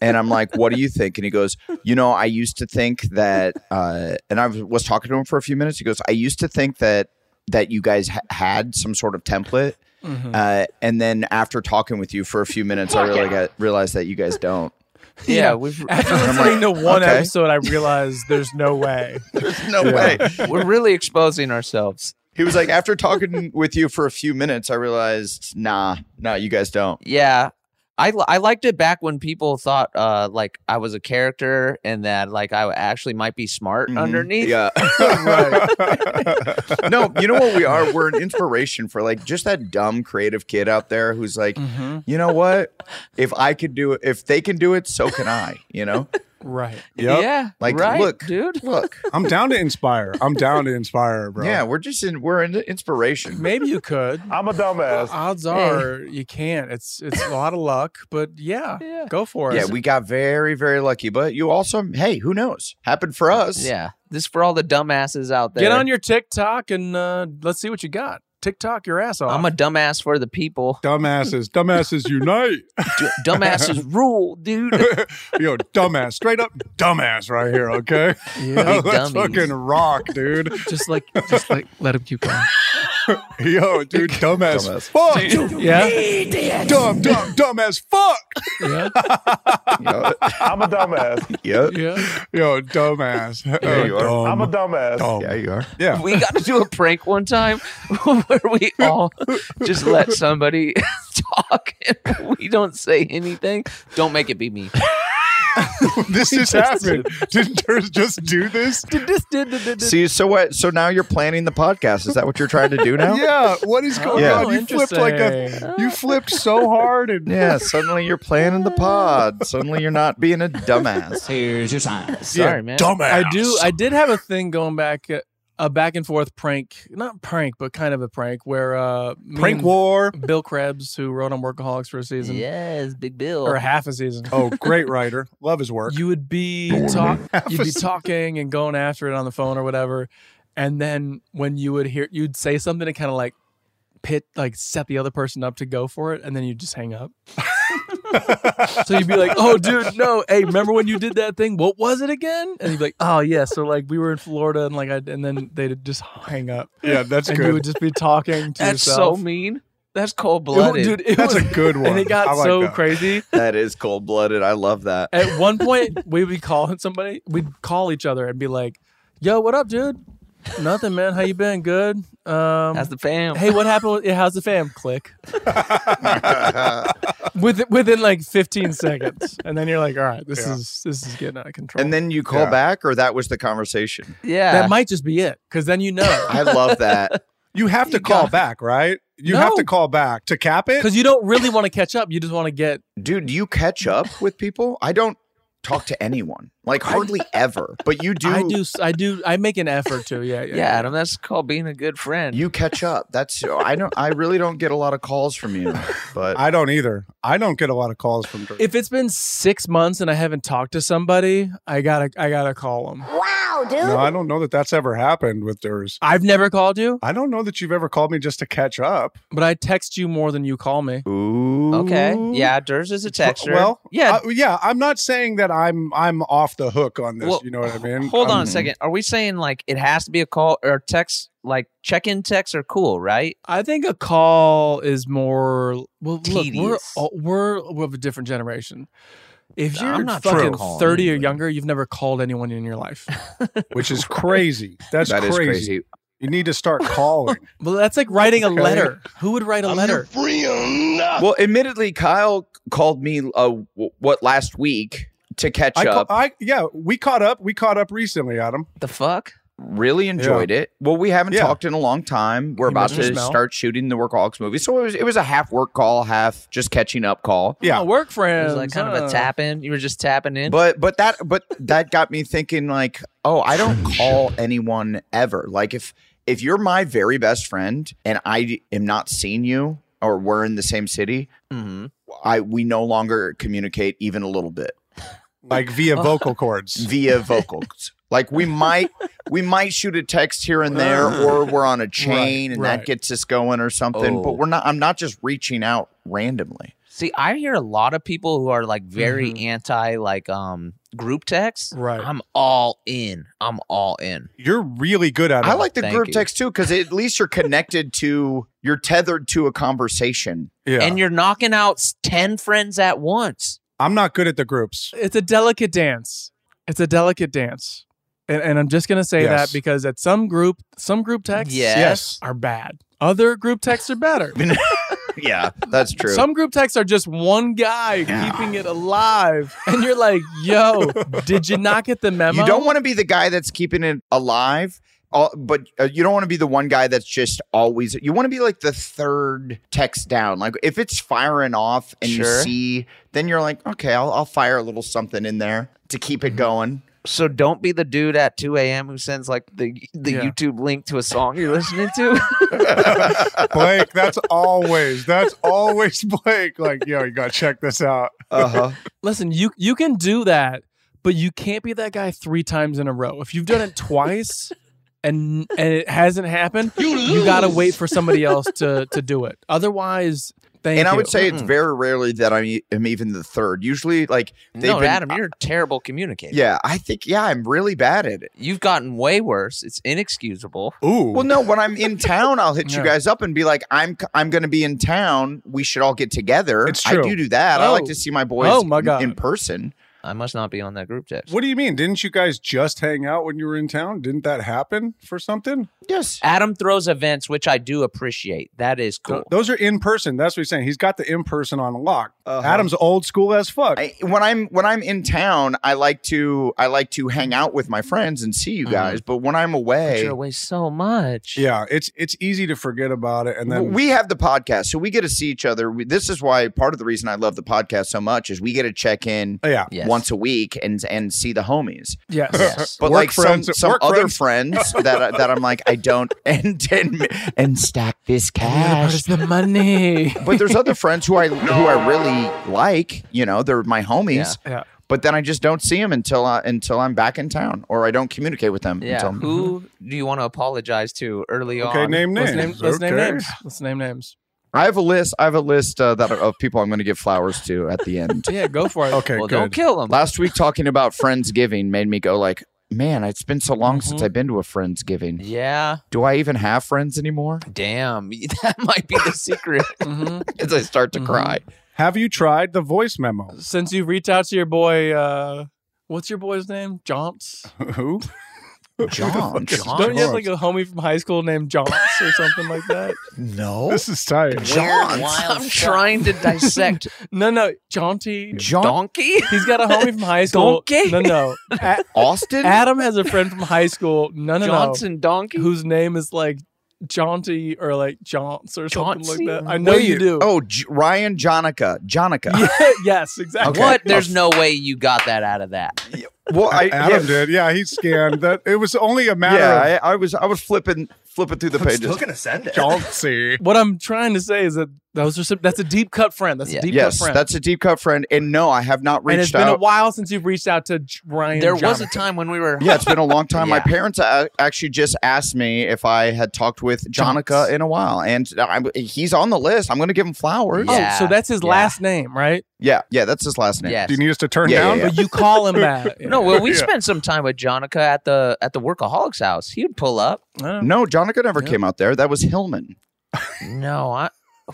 and I'm like, "What do you think?" And he goes, "You know, I used to think that," uh, and I was talking to him for a few minutes. He goes, "I used to think that that you guys ha- had some sort of template." Uh, and then after talking with you for a few minutes, I really got, realized that you guys don't. Yeah, we've, After I'm listening to like, one okay. episode, I realized there's no way. There's no way. we're really exposing ourselves. He was like, after talking with you for a few minutes, I realized, nah, nah, you guys don't. Yeah, I li- I liked it back when people thought uh like I was a character and that like I actually might be smart Mm-hmm. Mhm. underneath. Yeah. no, you know what we are? We're an inspiration for like just that dumb creative kid out there who's like, you know what? If I could do it, if they can do it, so can I, you know? Right. Yeah, Like, right, look, dude. Look. I'm down to inspire. I'm down to inspire, bro. Yeah, we're just in, we're an inspiration. Maybe you could. I'm a dumbass. Odds are you can't. It's it's a lot of luck, but yeah, Yeah. go for it. Yeah, we got very, very lucky, but you also, hey, who knows? Happened for us. Yeah, this is for all the dumbasses out there. get on your TikTok and uh, let's see what you got. TikTok your ass off. I'm a dumbass for the people. Dumbasses. Dumbasses unite. D- dumbasses rule, dude. Yo, dumbass. Straight up dumbass right here, okay? Yeah. Big Let's dummies. fucking rock, dude. just like just like let him keep going. Yo, dude, dumbass. Fuck. yeah. Dumb, dumb, dumbass. Fuck. yeah. Yo, I'm a dumbass. yo, Yeah. Yo, dumbass. Yeah, you are. I'm a dumbass. dumb. yeah, you are. Yeah. we got to do a prank one time where we all just let somebody talk and we don't say anything. Don't make it be me. this just happened. Didn't Terz just do this? See, so what? So now you're planning the podcast. Is that what you're trying to do now? Yeah. What is going Yeah. on? You flipped like a. You flipped so hard and. Yeah, suddenly you're planning the pod. Suddenly you're not being a dumbass. Sorry, man. Dumbass. I do. I did have a thing going back. uh, a back and forth prank, not prank, but kind of a prank where uh, me Prank and war. Bill Krebs, who wrote on Workaholics for a season, Yes, Big Bill. or half a season. Oh, great writer. Love his work. you would be talk, you'd be talking and going after it on the phone or whatever, and then when you would hear, you'd say something to kind of like pit, like set the other person up to go for it, and then you would just hang up. so you'd be like, "Oh, dude, no, hey, remember when you did that thing? What was it again?" And you'd be like, "Oh yeah, so like we were in Florida, and like I, and then they'd just hang up." Yeah, that's and good. you would just be talking to That's yourself. so mean. That's cold It wa- blooded. dude, it That's was, a good one. And it I got like so that. crazy. That is cold blooded. I love that. At one point, we would call somebody. We'd call each other and be like, "Yo, what up, dude? Nothing, man. How you been? Good. Um, How's the fam? hey, what happened? With, yeah, how's the fam? Click. within, within like 15 seconds, and then you're like, "All right, this Yeah. is this is getting out of control." And then you call Yeah. back, or that was the conversation. yeah. that might just be it, because then you know, I love that. You have to call back, right? You have to No. call back to cap it. because you don't really want to catch up. You just want to get Dude, do you catch up with people? I don't talk to anyone, like hardly ever. But you do. I do. s- I do. I make an effort to. Yeah. Yeah. yeah, Adam, that's called being a good friend. You catch up. That's I don't. I really don't get a lot of calls from you, but I don't either. I don't get a lot of calls from Dirk. If it's been six months and I haven't talked to somebody, I gotta. I gotta call them. Wow, dude. no, I don't know that that's ever happened with Durs. I've never called you, I don't know that you've ever called me just to catch up. but I text you more than you call me. ooh, okay. Yeah, Durs is a texter. Well, yeah. I- yeah. I'm not saying that I'm I'm off the hook on this. Well, you know what I mean? Hold on I'm- a second. Are we saying like it has to be a call or text? Like check in texts are cool, right? I think a call is more. Well, look, we're Tedious. all, we're we're of a different generation. If I'm you're not trying to fucking call thirty or anybody. younger, you've never called anyone in your life. Which is crazy. That's That is crazy. crazy. You need to start calling. well, that's like writing a Okay. letter. Who would write a letter? Well, admittedly, Kyle called me uh, w- what last week to catch I, ca- up. I yeah. We caught up. We caught up recently, Adam. The fuck? really enjoyed it. Well, we haven't Yeah. talked in a long time. We're You about missed the to smell. start shooting the Workaholics movie, so it was it was a half work call, half just catching up call. Yeah. Oh, work It friends. was like kind of huh? a tap in. You were just tapping in. But but that but that got me thinking like, oh, I don't call anyone ever. Like if if you're my very best friend and I am not seeing you or we're in the same city, Mhm. I we no longer communicate even a little bit Like via vocal cords. via vocals. like we might we might shoot a text here and there or we're on a chain Right, and right. that gets us going or something, Oh. but we're not I'm not just reaching out randomly. See, I hear a lot of people who are like very Mm-hmm. anti like um group texts. Right. I'm all in. I'm all in. You're really good at it. I like the thank group you. text too cuz at least you're connected to you're tethered to a conversation. Yeah. And you're knocking out s- ten friends at once. I'm not good at the groups. It's a delicate dance. It's a delicate dance, and, and I'm just gonna say that Yes. because at some group, some group texts Yes. Yes. are bad. Other group texts are better. yeah, that's true. Some group texts are just one guy keeping it alive, and you're like, "Yo, did you not get the memo?" you don't want to be the guy that's keeping it alive. all- but uh, you don't want to be the one guy that's just always. You want to be like the third text down. Like if it's firing off and you Sure. see, then you're like, okay, I'll, I'll fire a little something in there to keep Mm-hmm. it going. So don't be the dude at 2 a.m. who sends like the the Yeah. YouTube link to a song you're listening to. Blake, that's always that's always Blake. Like, yo, you gotta check this out. Uh Uh-huh. huh. listen. You you can do that, but you can't be that guy three times in a row. If you've done it twice and and it hasn't happened, you, gotta wait for somebody else to to do it. Otherwise, thank and I you. would say it's Mm-hmm. very rarely that I am am even the third. Usually, like they've no, been. uh, Adam, you're a terrible communicator. yeah, I think yeah, I'm really bad at it. You've gotten way worse. It's inexcusable. Ooh. Well, no, when I'm in town, I'll hit you Yeah. guys up and be like, "I'm I'm going to be in town. We should all get together." It's I true. do do that. I like Oh. to see my boys. Oh, my in- God. in person. I must not be on that group text. what do you mean? Didn't you guys just hang out when you were in town? Didn't that happen for something? Yes. Adam throws events, which I do appreciate. That is cool. Th- Those are in person. That's what he's saying. He's got the in person on lock. Adam's old school as fuck. I, when I'm when I'm in town, I like to I like to hang out with my friends and see you guys. But when I'm But away, You're away so much. yeah, it's it's easy to forget about it, and then we have the podcast, so we get to see each other. We, this is why part of the reason I love the podcast so much is we get to check in yeah. Yes. once a week and and see the homies. Yes. But Work like some friends- some work other friends. friends that that I'm like I don't and and, and stack this cash. Where's the money? but there's other friends who I who I really like. You know, they're my homies. Yeah. Yeah. But then I just don't see them until I, until I'm back in town, or I don't communicate with them. Yeah. Until Who do you want to apologize to early on? Let's name, let's name names. Let's name names. I have a list. I have a list uh, that of people I'm going to give flowers to at the end. Yeah, go for it. Okay, Well, don't good. kill 'em. Last week, talking about friendsgiving made me go like, "Man, it's been so long Mm-hmm. since I've been to a friendsgiving. Yeah. Do I even have friends anymore? Damn, that might be the secret. Mm-hmm. As I start to cry. Have you tried the voice memo? Since you reached out to your boy, uh, what's your boy's name? Jaunts. Who? John. Don't you have like a homie from high school named Jaunts or something like that? No. This is tired. John. I'm trying to dissect. no, no, Jaunty. Donkey? He's got a homie from high school. Donkey? No, no. A- Austin? Adam has a friend from high school. No, no, Johnson Donkey? no. Whose name is like Jaunty or like Jaunts or something like Chauncey? that. I know you Wait, do. Oh, J- Ryan Jonica. Jonica. yes, exactly. What? There's no way you got that out of that. Well, I, Adam yeah, did. Yeah, he scanned that. It was only a matter of yeah I, I was I was flipping flipping through the pages. send it. Chauncey. What I'm trying to say is that those are some, that's a deep cut friend. That's a deep yes, cut friend. that's a deep cut friend. And no, I have not reached and it's out. been a while since you've reached out to J- Ryan. There was a Jonathan. time when we were. Yeah, it's been a long time. My Yeah. parents a- actually just asked me if I had talked with Jonica in a while, and I'm, he's on the list. I'm going to give him flowers. Yeah. Oh, so that's his Yeah. last name, right? Yeah, yeah, that's his last name. Yes. Do you need us to turn Yeah, down? yeah, yeah. But you call him that. No, well, we Yeah. spent some time with Jonica at the at the workaholics house. He'd pull up. No. No, Jonica never came out there. That was Hillman. No, I.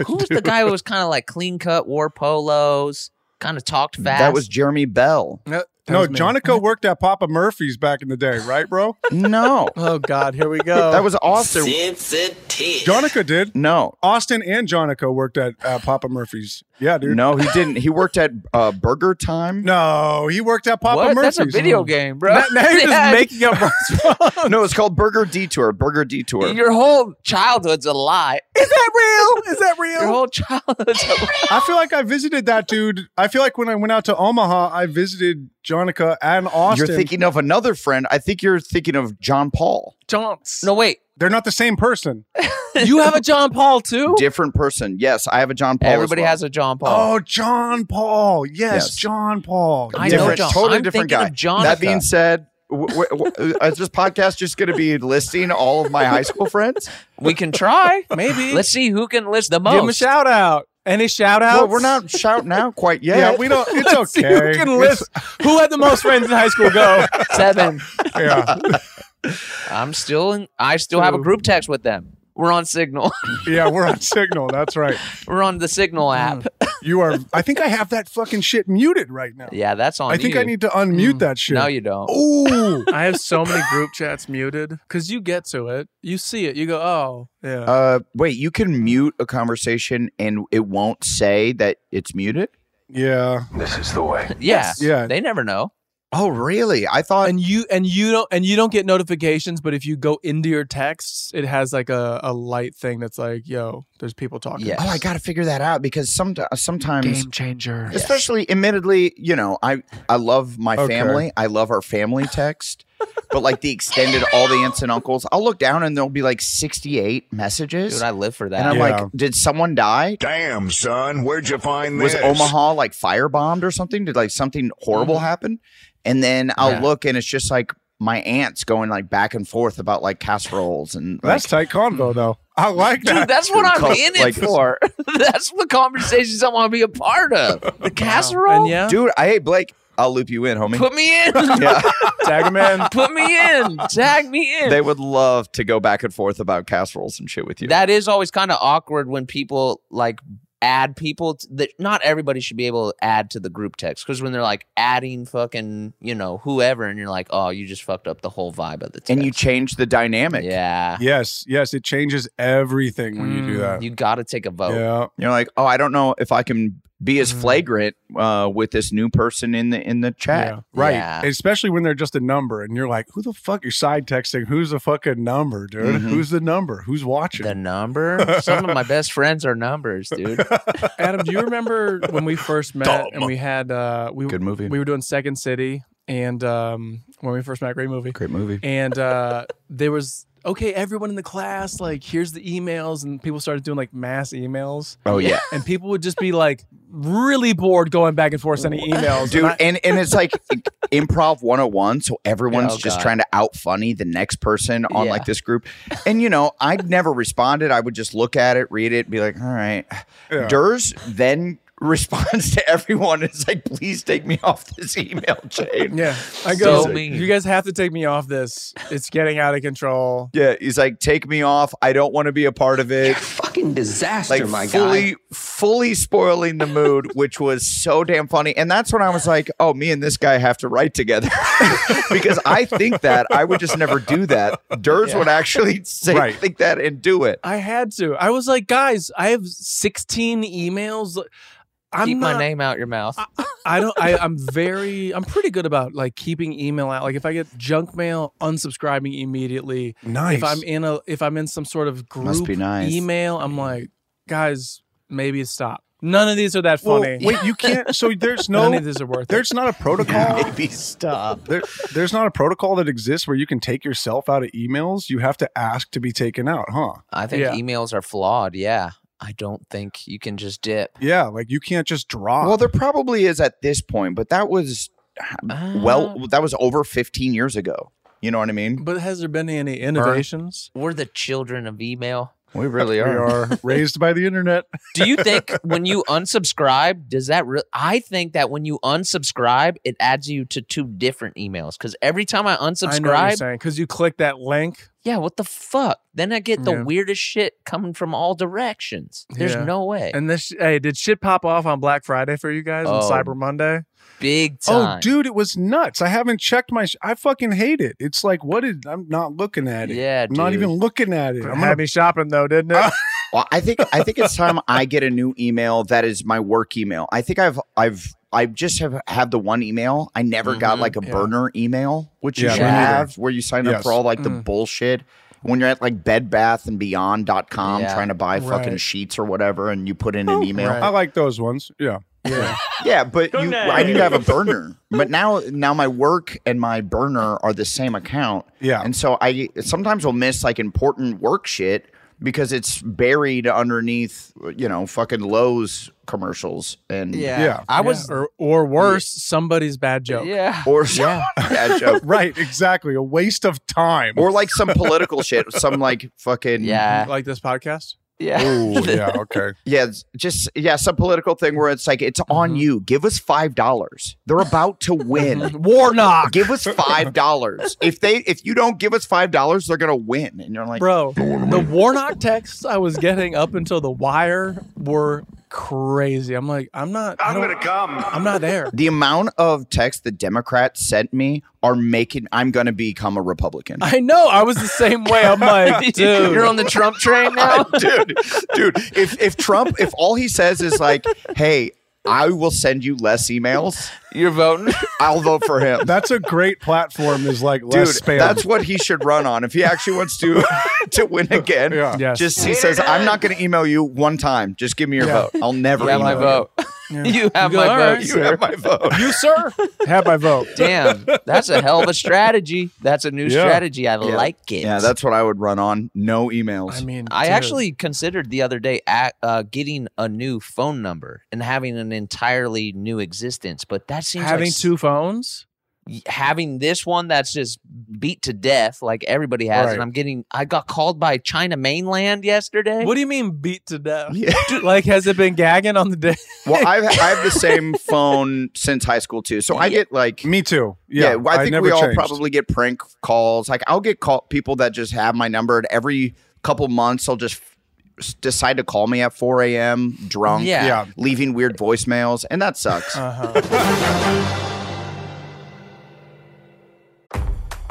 Who was the guy who was kind of like clean cut, wore polos, kind of talked fast? That was Jeremy Bell. No, that No, was me. Jonico worked at Papa Murphy's back in the day, right, bro? No, Oh God, here we go. that was Austin. Jonico did. No, Austin and Jonico worked at uh, Papa Murphy's. Yeah, dude. no, he didn't. He worked at uh, Burger Time. No, he worked at Papa what? Murphy's. That's a video game, bro. now you're just Yeah. making up. No, it's called Burger Detour. Burger Detour. Your whole childhood's a lie. Is that real? Is that Your real? whole childhood's a lie. I feel like I visited that dude. I feel like when I went out to Omaha, I visited Jonica and Austin. You're thinking of another friend. I think you're thinking of John Paul. Jaunts. No, wait. They're not the same person. you have a John Paul too. Different person. Yes, I have a John Paul. Everybody has a John Paul. Oh, John Paul. Yes, Yes. John Paul. I know different, John. totally I'm different thinking guy. of Jonica. That being said, w- w- w- is this podcast just going to be listing all of my high school friends? We can try. Maybe. Let's see who can list the most. give him a shout out. Any shout outs? Well, we're not shouting out quite yet. Yeah, we don't. It's Let's see okay. who can list who had the most friends in high school. Go. Seven. yeah, I'm still in. I still have a group text with them. We're on Signal. yeah, we're on Signal. That's right. We're on the Signal app. You are. I think I have that fucking shit muted right now. Yeah, that's on. I think you. I need to unmute Mm, that shit. No, you Oh, don't. Ooh. I have so many group chats muted because you get to it, you see it, you go, oh yeah. Uh, wait, you can mute a conversation and it won't say that it's muted. Yeah. Yeah, Yeah. They never know. Oh, really? I thought. Uh, and you and you don't and you don't get notifications but if you go into your texts it has like a, a light thing that's like yo there's people talking Yes. Oh, I got to figure that out because some, sometimes Game changer. especially admittedly you know i i love my Okay. family i love our family text but like the extended all the aunts and uncles i'll look down and there'll be like 68 messages Dude, I live for and i'm that. Yeah. like did someone die Damn, son, where'd you find was this? omaha like firebombed or something did like something horrible Mm-hmm. happen and then i'll Yeah. look and it's just like my aunts going like back and forth about like casseroles and That's like, mm. tight convo though. I like Dude, that. that's what I'm Call- in it like- for. that's the conversations I want to be a part of. The casserole. and yeah dude i hate blake i'll loop you in homie Put me in. yeah tag 'em in Put me in. Tag me in. they would love to go back and forth about casseroles and shit with you That is always kind of awkward when people like add people t- that not everybody should be able to add to the group text because when they're like adding fucking you know whoever and you're like oh you just fucked up the whole vibe of the text and you change the dynamic yeah yes, yes. Mm, It changes everything when you do that. you got to take a vote Yeah. You're like, oh, I don't know if I can be Mm-hmm. as flagrant uh, with this new person in the in the chat. Right. Especially when they're just a number and you're like, who the fuck? You're side texting. Who's the fucking number, dude? Mm-hmm. Mhm. Who's the number? Who's watching? The number? Some of my best friends are numbers, dude. Adam, do you remember when we first met and we had uh we Good movie. we were doing Second City and um when we first met great movie. Great movie. And uh there was okay, everyone in the class like here's the emails and people started doing like mass emails. Oh, yeah. And people would just be like really bored going back and forth sending emails. Dude, And I- and, and it's like improv 101. So everyone's Oh, just God. trying to out funny the next person on Yeah. like this group. And, you know, I never responded. I would just look at it, read it, be like, all right. Yeah. Durs then responds to everyone. It's like, please take me off this email chain. Yeah. I go, So mean. you guys have to take me off this. It's getting out of control. Yeah, he's like, take me off. I don't want to be a part of it. fucking disaster, like fully, fully spoiling the mood, which was so damn funny. And that's when I was like, oh, me and this guy have to write together because I think that I would just never do that. Durs Yeah. would actually say, Right. think that and do it. I had to. I was like, guys, I have 16 emails. I'm Keep not, my name out your mouth. I don't. I, I'm very. I'm pretty good about like keeping email out. Like if I get junk mail, unsubscribing immediately. Nice. If I'm in a. If I'm in some sort of group Must be nice. email, I'm like, guys, maybe stop. None of these are that Well, funny. wait, you can't. So there's no. None of these are worth it. There's not a protocol. Maybe stop. There, there's not a protocol that exists where you can take yourself out of emails. You have to ask to be taken out, huh? I think emails are flawed. Yeah. I don't think you can just dip. Yeah, like you can't just drop. Well, there probably is at this point, but that was, well, that was over 15 years ago. You know what I mean? But has there been any innovations? We're the children of email. We really are. We are raised by the internet. Do you think when you unsubscribe, does that really? I think that when you unsubscribe, it adds you to two different emails because every time I I know what you're unsubscribe, saying because you click that link. yeah, what the fuck? Then I get the Yeah. weirdest shit coming from all directions. There's Yeah. no way. And this, hey, did shit pop off on Black Friday for you guys Oh. on Cyber Monday? Big Oh, dude, it was nuts. I haven't checked my. Sh- I fucking hate it. It's like, what is? I'm not looking at it. Yeah, I'm not dude. even looking at it. I'm gonna Happy shopping though, didn't it? Well, I think I think it's time I get a new email that is my work email. I think I've I've I just have had the one email. I never got like a burner email, which Mm-hmm. Yeah, you me should neither. have where you sign up Yes. for all like the Mm. bullshit. When you're at like Bed Bath and Beyond.com Yeah. trying to buy fucking Right. sheets or whatever, and you put in an email. I like those ones. Yeah. Yeah. yeah, but you, I need to have a burner. But now, now my work and my burner are the same account. Yeah. and so I sometimes will miss like important work shit because it's buried underneath, you know, fucking Lowe's commercials and I was, or, or worse, somebody's bad joke. Yeah, or yeah, bad joke. right, exactly. A waste of time. or like some political shit, some like fucking like this podcast. Oh. Ooh, yeah. Okay. Yeah, it's just yeah, some political thing where it's like it's on you. Give us five dollars. They're about to win. Warnock. Give us five dollars. If they if you don't give us five dollars, they're gonna win. And you're like, Bro, the Warnock texts I was getting up until the wire were crazy. I'm like, I'm not. I'm gonna come. I'm not there. the amount of texts the Democrats sent me are making I'm gonna become a Republican. I know. I was the same way. I'm like, dude, You're on the Trump train now? dude, dude. If if Trump, if all he says is like, "Hey, I will send you less emails," you're voting. I'll vote for him. That's a great platform. Is like Dude, less spam. that's what he should run on if he actually wants to to win again. Yeah. Yes. Just he says, "I'm not going to email you one time. Just give me your Yeah. vote. I'll never You have email my you." vote. You have You go, my "All vote. right, You sir." have my vote. you sir have my vote. Damn, that's a hell of a strategy. That's a new Yeah. strategy. I like it. Yeah, that's what I would run on. No emails. I mean, I dude. actually considered the other day at, uh, getting a new phone number and having an entirely new existence, but that seems having like two phones. y- having this one that's just beat to death like everybody has Right. and i'm getting i got called by china mainland yesterday What do you mean beat to death? like, has it been gagging on the day? Well, I've, I have the same phone since high school too, so I get like Me too. Yeah, Yeah. well, I think never we all changed. probably get prank calls. Like I'll get call people that just have my number, and every couple months they'll just s- decide to call me at 4 a.m. drunk, Yeah. Yeah. leaving weird voicemails, and that sucks.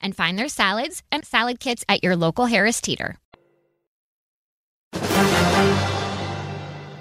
and find their salads and salad kits at your local Harris Teeter.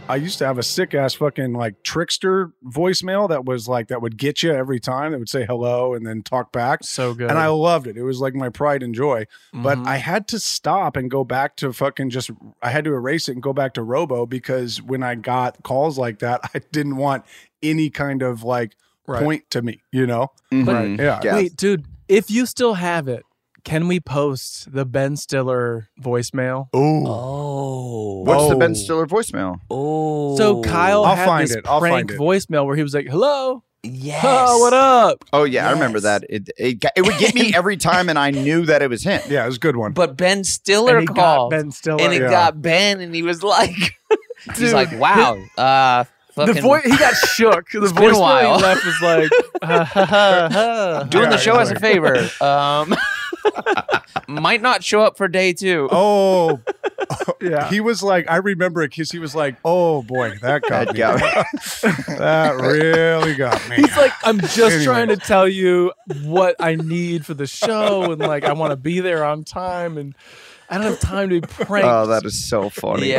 I used to have a sick ass fucking like trickster voicemail that was like that would get you every time. It would say hello and then talk back. So good. And I loved it. It was like my pride and joy. But Mhm. I had to stop and go back to fucking just I had to erase it and go back to Robo because when I got calls like that, I didn't want any kind of like Right. point to me, you know? But Yeah. wait, dude, if you still have it, can we post the Ben Stiller voicemail? Oh. What's the Ben Stiller voicemail? Oh. So Kyle I'll had find this it. I'll prank find it. voicemail where he was like, "Hello, yes, oh, what up?" Oh yeah, I remember that. It it, got- it would get me every time, and I knew that it was him. Yeah, it was a good one. But Ben Stiller And it got called. Ben Stiller. And it Yeah. got Ben, and he was like, Dude. he's like, wow. Uh, The fucking, voice he got shook. The It's been a voicemail while. he left was like, "Ha, ha, ha, ha." doing the show as a favor. Um, might not show up for day two. Oh, yeah. He was like, I remember it because he was like, oh boy, that got That me. got that really got me. He's like, I'm just Anyway. trying to tell you what I need for the show, and like, I want to be there on time, and I don't have time to be pranked. Oh, that is so funny.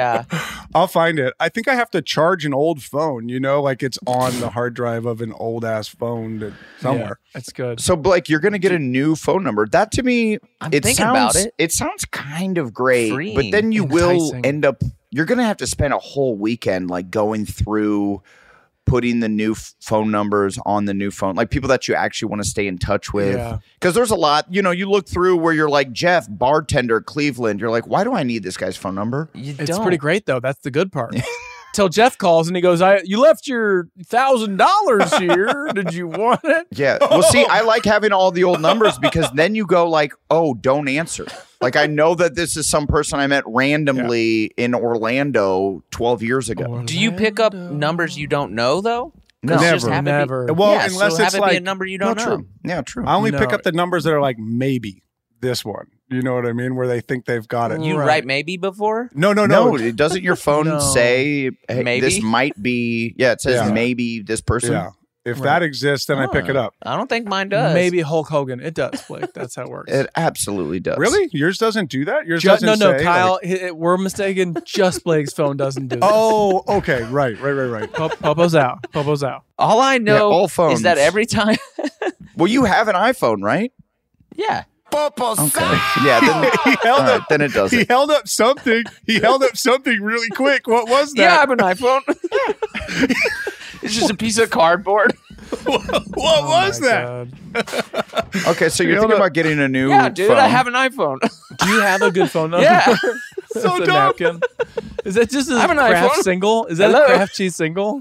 I'll find it. I think I have to charge an old phone, you know, like it's on the hard drive of an old ass phone that somewhere. that's good. So Blake, you're gonna get a new phone number. That to me, I'm it thinking sounds about it. it. sounds kind of great, but Freeing. then you will Enticing. end up. You're gonna have to spend a whole weekend like going through putting the new f- phone numbers on the new phone, like people that you actually want to stay in touch with. Yeah. Because there's a lot, you know. You look through where you're like Jeff, bartender, Cleveland. You're like, why do I need this guy's phone number? It's pretty great though. That's the good part. Till Jeff calls and he goes, "I you left your thousand dollars here. Did you want it?" Yeah. Well, see, I like having all the old numbers because then you go like, oh, don't answer. Like I know that this is some person I met randomly in Orlando 12 years Oh, ago. Do you pick up numbers you don't know though? No. It's just Never. have it be- Never. Well, Yeah, so unless have it's it be like a number you don't no, know. True. Yeah, true. I only pick No. up the numbers that are like maybe this one. You know what I mean? Where they think they've got it. You write maybe before? No, no, no. No, it doesn't your phone No. say hey, Maybe? this might be yeah, it says Yeah. maybe this person. Yeah. If that exists, then I pick it up. I don't think mine does. Maybe Hulk Hogan. It does, Blake. That's how it works. It absolutely does. Really? Yours doesn't do that? Yours Ju- doesn't no, no, say, Kyle. like- hi- hi- we're mistaken. Just Blake's phone doesn't do. This. oh, okay. Right, right, right, right. Popo's out. Popo's out. All I know all is that phones. every time. Well, you have an iPhone, right? yeah. Okay. Yeah. Then, he held all right, then it does He it. held up something. He held up something really quick. What was that? Yeah, I have an iPhone. it's just a piece of cardboard. what Oh was that? Okay, so He you're held thinking up- about getting a new yeah, dude, phone. I have an iPhone. Do you have a good phone number? Yeah. so dumb. Napkin? Is that just a I have an craft iPhone. single? Is that Hello? a craft cheese single?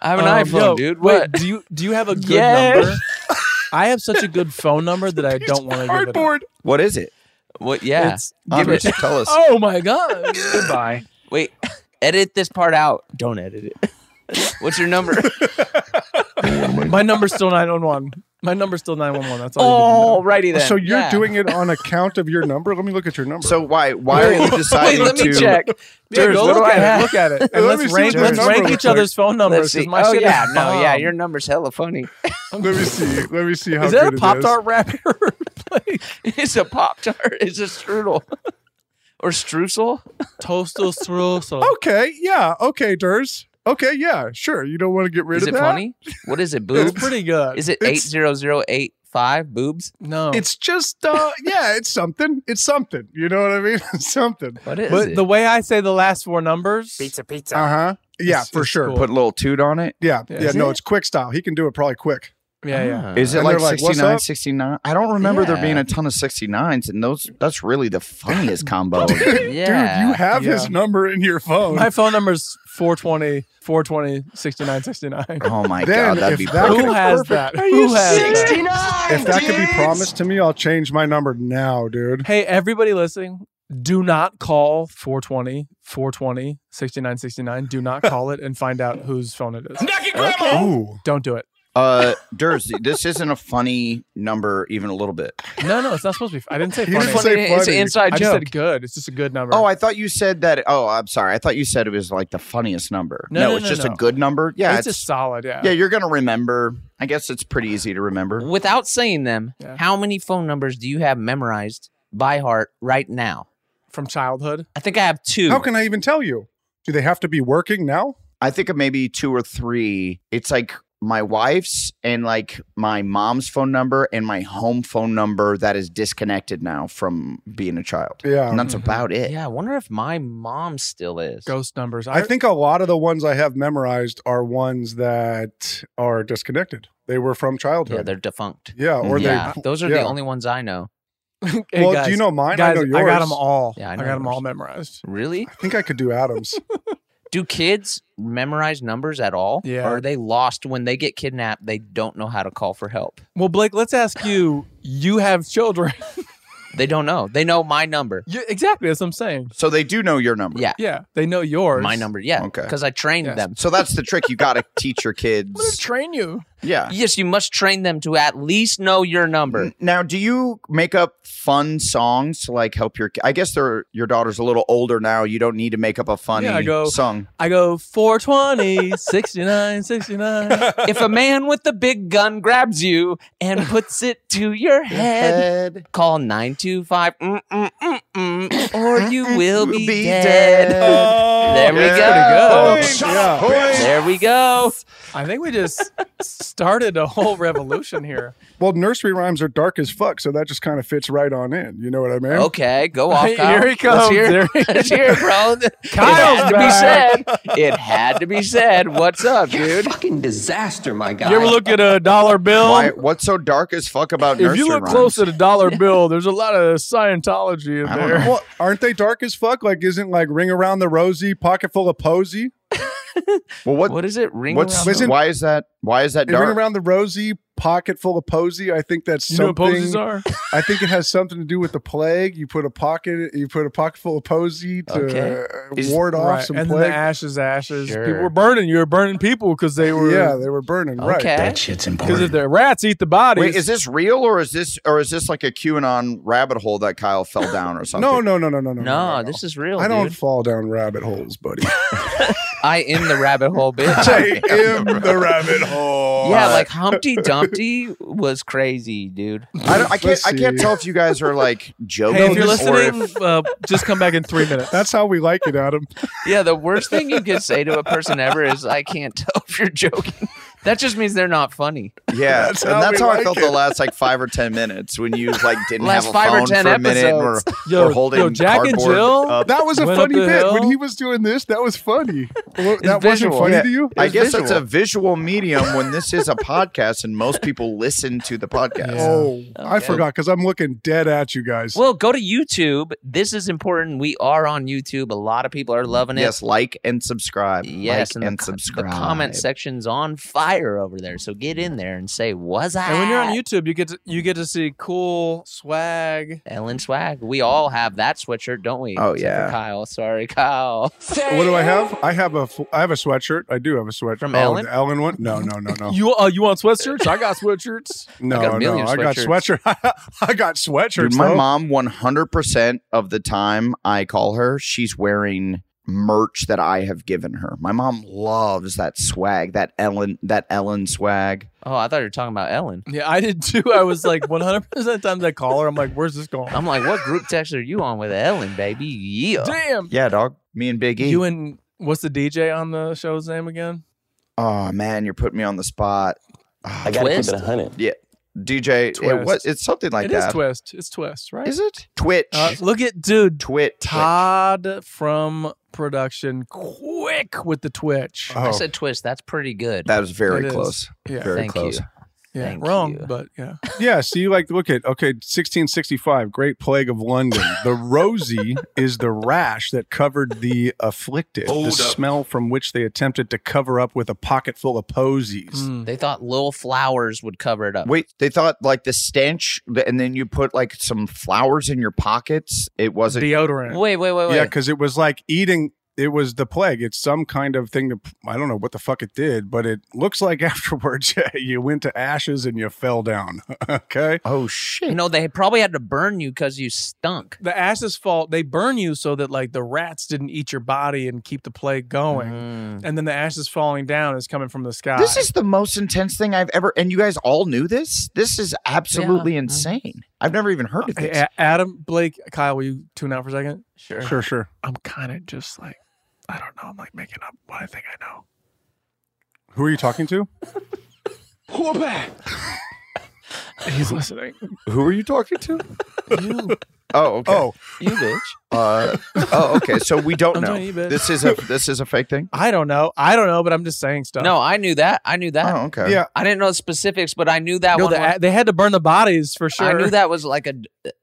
I have an Um, iPhone, yo, dude. Wait, What? do you do you have a good Yes. number? I have such a good phone number that I don't want to give it. Up. What is it? What? Yeah. It's- Give Andre, it. just tell us. Oh my god! Goodbye. Wait. Edit this part out. Don't edit it. What's your number? My number's still nine one one. My number's still nine one one. That's all. Alrighty then. So you're Yeah. doing it on account of your number? Let me look at your number. So why why are you deciding Wait, let me to check. You can Dude, do. Cheers, go look, look at it. at it. Look at it. Let And me let's see rank, what let's number rank looks each other's phone numbers. Let's 'cause see. My Oh shit yeah, is no, yeah, bomb. your number's hella funny. Let me see. Let me see how Is that good a it Pop Tart wrapper? it's a pop tart. It's a strudel or streusel. Toastal streusel. Okay. Yeah. Okay, Durs. Okay. Yeah. Sure. You don't want to get rid Is of it that. funny? What is it? It's Boobs. pretty good. Is it eight It's- zero zero eight five boobs? no? It's just uh yeah, it's something. It's something. You know what I mean? It's something. What is but it? the way I say the last four numbers. pizza. Uh-huh. Yeah, It's- for it's sure. cool. put a little toot on it? Yeah. Yeah. Yeah, Is no, it? it's quick style. He can do it probably quick. Yeah, yeah. Is it And like they're like, "What's 69, up?" 69? I don't remember there Yeah. being a ton of 69s, and those that's really the funniest combo. Dude, you yeah. have his Yeah. number in your phone. My phone number's 420 420 69 69. oh my Then god, that'd if be that perfect. Who has that? Are Who has that? if that could be promised to me, I'll change my number now, dude. Hey, everybody listening, do not call 420 420 69 69. Do not call it and find out whose phone it is. Ooh. Don't do it. Uh, Durs, this isn't a funny number even a little bit. No, no, it's not supposed to be. I didn't say He didn't funny. say it's an funny. I inside just joke. said good. It's just a good number. Oh, I thought you said that. Oh, I'm sorry. I thought you said it was like the funniest number. No, No, no, it's no, just no. a good number. Yeah, it's, it's, just solid. Yeah. yeah. You're gonna remember. I guess it's pretty easy to remember. Without saying them, Yeah. how many phone numbers do you have memorized by heart right now? From childhood. I think I have two. How can I even tell you? Do they have to be working now? I think of maybe two or three. It's like my wife's and like my mom's phone number and my home phone number that is disconnected now from being a child. Yeah. And that's about it. Mm-hmm. yeah, I wonder if my mom still is. Ghost numbers. I think a lot of the ones I have memorized are ones that are disconnected. They were from yeah, childhood. they're defunct. Yeah, or yeah, they. those are yeah. the only ones I know. Hey, well, guys, do you know mine? Guys, I know yours. got them all. Yeah, I I, know got them all yours. memorized. Really? I think I could do Adams. Do kids memorize numbers at all? Yeah. Or are they lost when they get kidnapped? They don't know how to call for help. Well, Blake, let's ask you. You have children. They don't know. They know my number. You- exactly. That's what I'm saying. So they do know your number. Yeah. Yeah. They know yours. My number. Yeah. Okay. Because I trained Yes. them. So that's the trick. You got to teach your I'm going to kids. train you. Yeah. Yes, you must train them to at least know your number. Now, do you make up fun songs to like help your? I guess they're your daughter's a little older now. You don't need to make up a funny Yeah, I go- song. I go 420, 69, 69. if a man with a big gun grabs you and puts it to your head, Head call 925 mm, mm, mm, mm, or you will be, be dead. dead. there we yeah, go. There we go. I think we just started a whole revolution here. well, nursery rhymes are dark as fuck, so that just kind of fits right on in. You know what I mean? Okay, go off. Here Kyle. he comes. Let's hear, There he let's hear it, bro. Kyle's it had to be said. It had to be said. What's up, dude? fucking disaster, my guy. You ever look at a dollar bill? Why, what's so dark as fuck Oh. about if nursery you look rhymes? close at a dollar bill, there's a lot of Scientology in I don't there. know. Well, aren't they dark as fuck? Like, isn't like Ring Around the Rosie, Pocket Full of Posy? Well, what, What is it? Ring what's around. the- why is that? Why is that Ring dark? Around the Rosie, pocket full of posy. I think that's You know what something. posies are? I think it has something to do with the plague. You put a pocket, you put a pocket full of posy to Okay. uh, ward off Right, some and then plague. the ashes, ashes. Sure. People were burning. You were burning people because they were. Yeah, they were burning. right. Okay. That shit's Because if the rats eat the bodies, Wait, is this real or is this or is this like a QAnon rabbit hole that Kyle fell down or something? No, no, no, no, no, no. No, this is real. I don't dude. fall down rabbit holes, buddy. I am the rabbit hole, bitch. I am the rabbit hole. Yeah, like Humpty Dumpty was crazy, dude. I, don't, I can't. I can't tell if you guys are like joking. Hey, if you're or listening, uh, just come back in three minutes. That's how we like it, Adam. Yeah, the worst thing you can say to a person ever is, "I can't tell if you're joking." That just means they're not funny. Yeah, That's how and that's we how I like felt it. the last like five or ten minutes when you like didn't Last have a five or phone 10 for a minute and we're, episodes. Yo- we're holding yo, Jack and cardboard Jill up. That was a funny bit when he was doing this. That was funny. Well, that wasn't visual. funny Yeah. to you. I guess it's a visual medium when this is a podcast and most people listen to the podcast. Oh, I forgot because I'm looking dead at you guys. Well, go to YouTube. This is important. We are on YouTube. A lot of people are loving it. Yes, like and subscribe. Yes, like the and co- subscribe. The comment section's on fire over there, so get in there and say, "Was I?" And when you're on YouTube, you get to, you get to see cool swag. Ellen Swag, we all have that sweatshirt, don't we? Oh, Except for yeah. Kyle. Sorry, Kyle. What do I have? I have a f- I have a sweatshirt. I do have a sweatshirt From Oh, Ellen? the Ellen one? No, no, no, no. You uh, you want sweatshirts? I got sweatshirts. no, got a no. million I got sweatshirts. sweatshirt. I got sweatshirts. Dude, my though. mom, one hundred percent of the time I call her, she's wearing merch that I have given her. My mom loves that swag, that Ellen, that Ellen swag. Oh, I thought you were talking about Ellen. Yeah, I did too. I was like 100 percent times I call her. I'm like, where's this going? I'm like, what group text are you on with Ellen, baby? Yeah. Damn. Yeah, dog. Me and Big E. You and what's the DJ on the show's name again? oh man, you're putting me on the spot. I gotta keep it a hundred. Yeah, DJ. It, Twist. what, it's something like It is that. twist. It's twist, right? Is it Twitch? Uh, look at dude. Twitch. Todd from production, quick with the Twitch. Oh, Oh. I said twist. That's pretty good. That was very It is. close. Yeah. Very Thank close. you. Yeah, Thank wrong, you. but yeah. yeah, see, like, look at okay, 1665, Great Plague of London. The rosy is the rash that covered the afflicted, Hold the up. smell from which they attempted to cover up with a pocket full of posies. Hmm. They thought little flowers would cover it up. Wait, they thought like the stench, and then you put like some flowers in your pockets. It wasn't deodorant. Wait, wait, wait, wait. Yeah, because it was like eating. It was the plague. It's some kind of thing. To, I don't know what the fuck it did, but it looks like afterwards you went to ashes and you fell down. okay. Oh shit. You know, they probably had to burn you because you stunk. The ashes fault, they burn you so that like the rats didn't eat your body and keep the plague going. Mm. And then the ashes falling down is coming from the sky. Mm. This is the most intense thing I've ever. And you guys all knew this. This is absolutely insane. I've never even heard of Hey, this. A- Adam, Blake, Kyle, will you tune out for a second? Sure. Sure, sure. I'm kind of just like, I don't know. I'm like making up what I think I know. Who are you talking to? Quebec. He's listening. Who are you talking to? You. Oh, okay. Oh, You bitch. uh, oh, okay. So we don't I'm know. talking to you, bitch. This is a this is a fake thing. I don't know. I don't know, but I'm just saying stuff. No, I knew that. I knew that. Oh, okay. Yeah. I didn't know the specifics, but I knew that No, one. the, was- a- they had to burn the bodies for sure. I knew that was like a,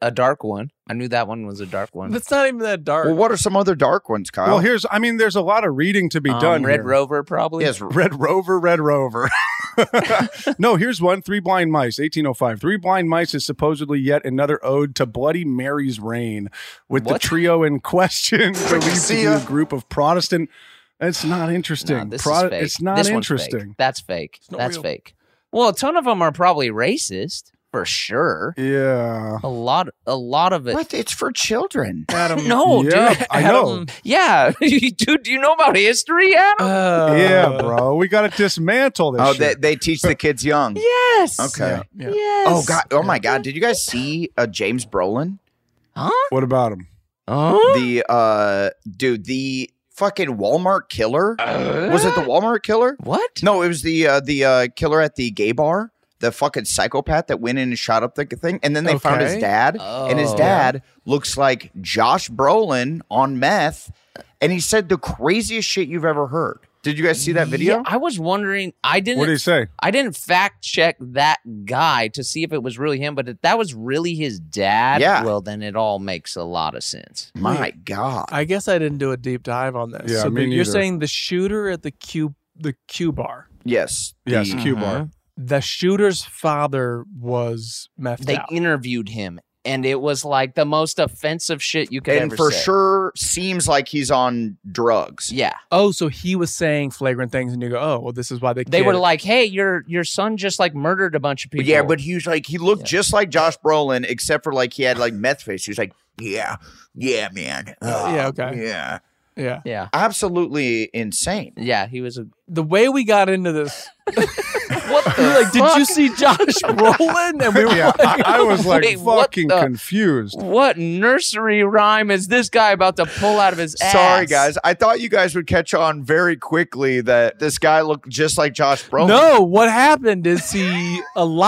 a dark one. I knew that one was a dark one. That's not even that dark. Well, what are some other dark ones, Kyle? Well, here's. I mean, there's a lot of reading to be Um, done. Red here. Rover, probably. yes, Red Rover, Red Rover. no, here's one. Three Blind Mice, 1805. Three Blind Mice is supposedly yet another ode to Bloody Mary's reign, with What? the trio in question believed to see be ya. a group of Protestant. It's not interesting. Nah, this Pro- is fake. It's not This one's fake. interesting. That's fake. not That's real. fake. Well, a ton of them are probably racist for sure. Yeah. A lot, a lot of it. What? It's for children. Adam. No, Yeah, dude. I know. Yeah, dude. Do you know about history, Adam? Uh, yeah, bro. We got to dismantle this. Oh, they, shit. they teach the kids young. yes. Okay. Yeah. Yes. Oh god. Oh my god. Did you guys see uh, James Brolin? Huh? what about him? Huh? The uh dude, the fucking Walmart killer. was it the Walmart killer? What? No, it was the uh, the uh, killer at the gay bar. The fucking psychopath that went in and shot up the thing, and then they found his Okay. dad, and his Oh. dad looks like Josh Brolin on meth, and he said the craziest shit you've ever heard. Did you guys see that video? Yeah, I was wondering. I didn't. What do you say? I didn't fact check that guy to see if it was really him, but if that was really his dad, Yeah. well, then it all makes a lot of sense. My God, I guess I didn't do a deep dive on this. Yeah, so me the- you're neither. saying the shooter at the Q the Q bar. yes, Yes, the- Q bar. The shooter's father was methed Mm-hmm. They out. interviewed him, and it was like the most offensive shit you could and ever for say. sure seems like he's on drugs. Yeah. Oh, so he was saying flagrant things, and you go, "Oh, well, this is why they." They were like, "Hey, your your son just like murdered a bunch of people." Yeah, but he was like he looked just like Josh Brolin, except for like he had like meth face. He was like, Yeah, yeah, man. Ah, Oh, Yeah, okay. Yeah. Yeah. Yeah. Absolutely insane. Yeah, he was a the way we got into this. what the like, Did you see Josh Brolin? And we were yeah, I, like, I was like Wait, what fucking the- confused. What nursery rhyme is this guy about to pull out of his ass? Sorry guys. I thought you guys would catch on very quickly that this guy looked just like Josh Brolin. No, what happened? Is he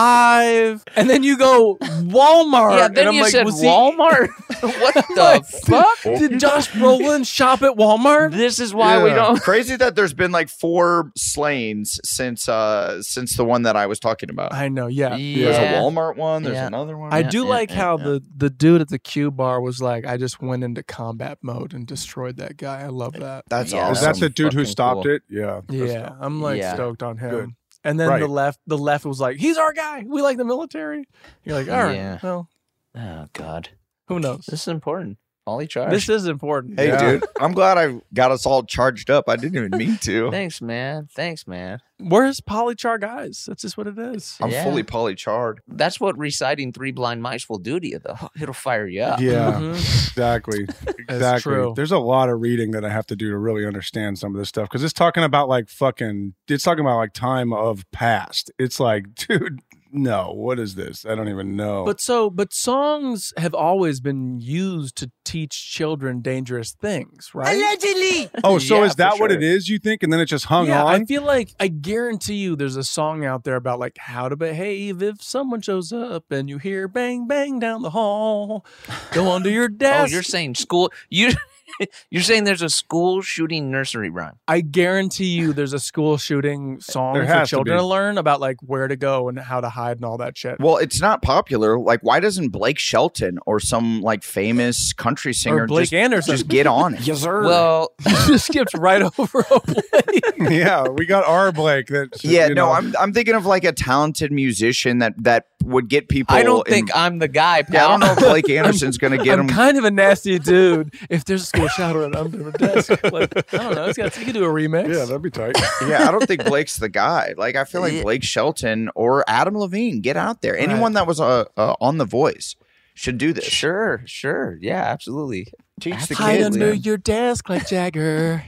alive? And then you go Walmart. Yeah, then and I'm you like, said was he- Walmart. what the fuck? Did, did Josh Brolin shop at Walmart? This is Yeah. crazy that there's been like four slayings since uh since the one that I was talking about. I know. Uh, Yeah. There's a Walmart one, there's Yeah. another one. I do like how the the dude at the Q bar was like, I just went into combat mode and destroyed that guy. I love that. That's Yeah. Is that awesome. the dude who Fucking stopped cool. it? Yeah. Yeah. That's- I'm like Yeah. stoked on him. Good. And then the Right. left the left was like, He's our guy. We like the military. You're like, all right, Yeah. well, Oh God. Who knows? This is important. Ollie charged. this is important. Hey, Yeah. dude, I'm glad I got us all charged up. I didn't even mean to. Thanks, man. Thanks, man. Where's polychar guys? That's just what it is. I'm fully polycharred. That's what reciting Three Blind Mice will do to you, though. It'll fire you up. Yeah, exactly. exactly. true. There's a lot of reading that I have to do to really understand some of this stuff because it's talking about like fucking, it's talking about like time of past. It's like, dude, no, what is this? I don't even Oh. know. But so, but songs have always been used to teach children dangerous things, right? Allegedly. oh, so Yeah, is for that what sure. it is? You think? And then it just hung yeah, on. I feel like I guarantee you, there's a song out there about like how to behave if someone shows up and you hear bang bang down the hall, go under your Oh, desk. you're saying school? You you're saying there's a school shooting nursery rhyme? I guarantee you, there's a school shooting song There for has to children be. to learn about like where to go and how to hide and all that shit. Well, it's not popular. Like, why doesn't Blake Shelton or some like famous country singer Blake just, Anderson. just get on it? Yes, sir. Well- just skipped right over. yeah, we got our Blake. That yeah, you no, know. I'm I'm thinking of like a talented musician that that would get people. I don't in- think I'm the guy. Pal. Yeah, I don't know if Blake Anderson's going to get I'm him. kind of a nasty dude. If there's a school shout out under my desk, like, I don't know. It's got, you could do a remix. Yeah, that'd be tight. yeah, I don't think Blake's the guy. Like, I feel like Blake Shelton or Adam Levine get out there. Anyone that was uh, uh, on The Voice should do this. Sure, sure, yeah, absolutely. Teach the Hide kids. under man. your desk like Jagger.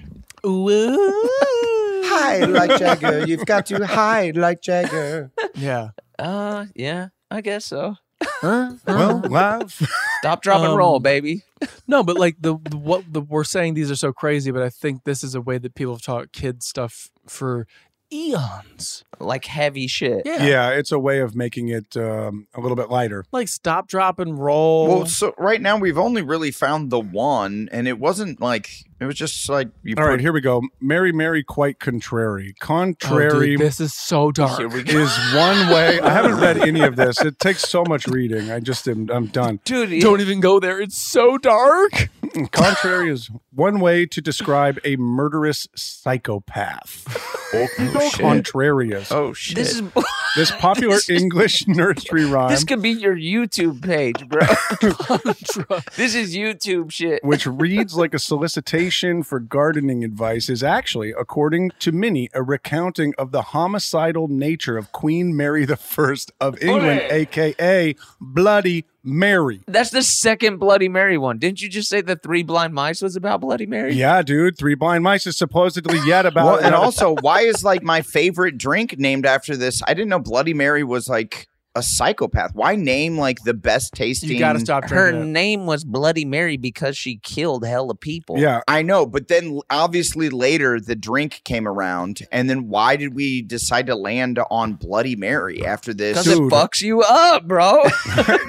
Ooh. Hide like Jagger. You've got to hide like Jagger. Yeah. Uh, yeah, I guess so. Uh-huh. well, live. Stop, drop, and roll, Um, baby. No, but like the, the what the, we're saying these are so crazy, but I think this is a way that people have taught kids stuff for eons. Like heavy shit. Yeah. yeah, it's a way of making it um, a little bit lighter. Like stop, drop, and roll. Well, so right now we've only really found the one, and it wasn't like it was just like you. All right, put- here we go. Mary, Mary, quite contrary. Oh, dude, Contrary this is so dark. is one way. I haven't read any of this. It takes so much reading. I just am. I'm done. Dude, don't even go there. It's so dark. Contrary is one way to describe a murderous psychopath. Oh, Contrarious. Oh shit! This is This popular English nursery rhyme. this could be your YouTube page, bro. this is YouTube shit. which reads like a solicitation for gardening advice, is actually, according to many, a recounting of the homicidal nature of Queen Mary the First of England, Ole. aka Bloody Mary. That's the second Bloody Mary one. Didn't you just say the Three Blind Mice was about Bloody Mary? Yeah, dude. Three blind mice is supposedly yet about. Well, and also, why is like my favorite drink named after this? I didn't know Bloody Mary was like a psychopath. Why name like the best tasting? gotta Her name was Bloody Mary because she killed hella people. I know, but then obviously later the drink came around, and then why did we decide to land on Bloody Mary after this? Because it fucks you up, bro.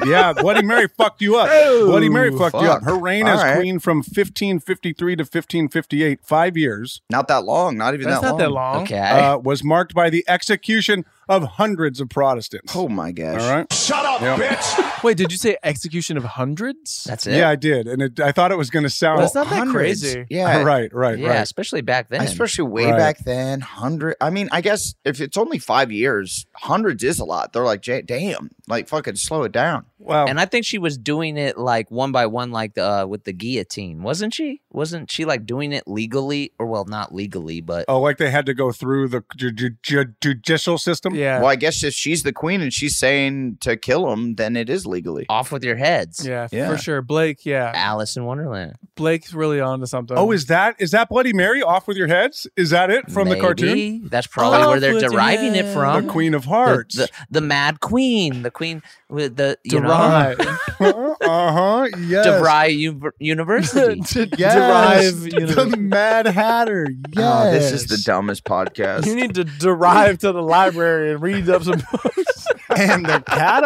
yeah, Bloody Mary fucked you up. Oh, Bloody Mary fucked you up. fuck. Her reign All as right. queen from 1553 to 1558, five years. uh, Not that long. Not even That's that not that long. uh, was marked by the execution of hundreds of Protestants. Oh my gosh! All right, shut up, bitch. Wait, did you say execution of hundreds? That's Yeah, I did, and it, I thought it was going to sound. That's not that crazy. Yeah. right, right, Yeah, right. especially back then. Especially way Right. back then, hundred. I mean, I guess if it's only five years, hundreds is a lot. They're like, "Ja- damn, like fucking slow it down. Wow. And I think she was doing it like one by one, like uh, with the guillotine, wasn't she? Wasn't she like doing it legally, or well, not legally, but Oh, like they had to go through the ju- ju- ju- judicial system. Yeah. Well, I guess if she's the queen and she's saying to kill him, then it is legally off with your heads. Yeah, f- Yeah. for sure. Blake, yeah. Alice in Wonderland. Blake's really on to something. Oh, is that is that Bloody Mary off with your heads? Is that it from the cartoon? Maybe. That's probably Off where they're with your deriving it head. from. The Queen of The- Hearts. the, the Mad Queen, the Queen with the you Derive. know uh huh. Yes. Debray U- University. Yes. Derive the Mad Hatter. Yes. Oh, this is the dumbest podcast. You need to derive to the library and read up some books. and the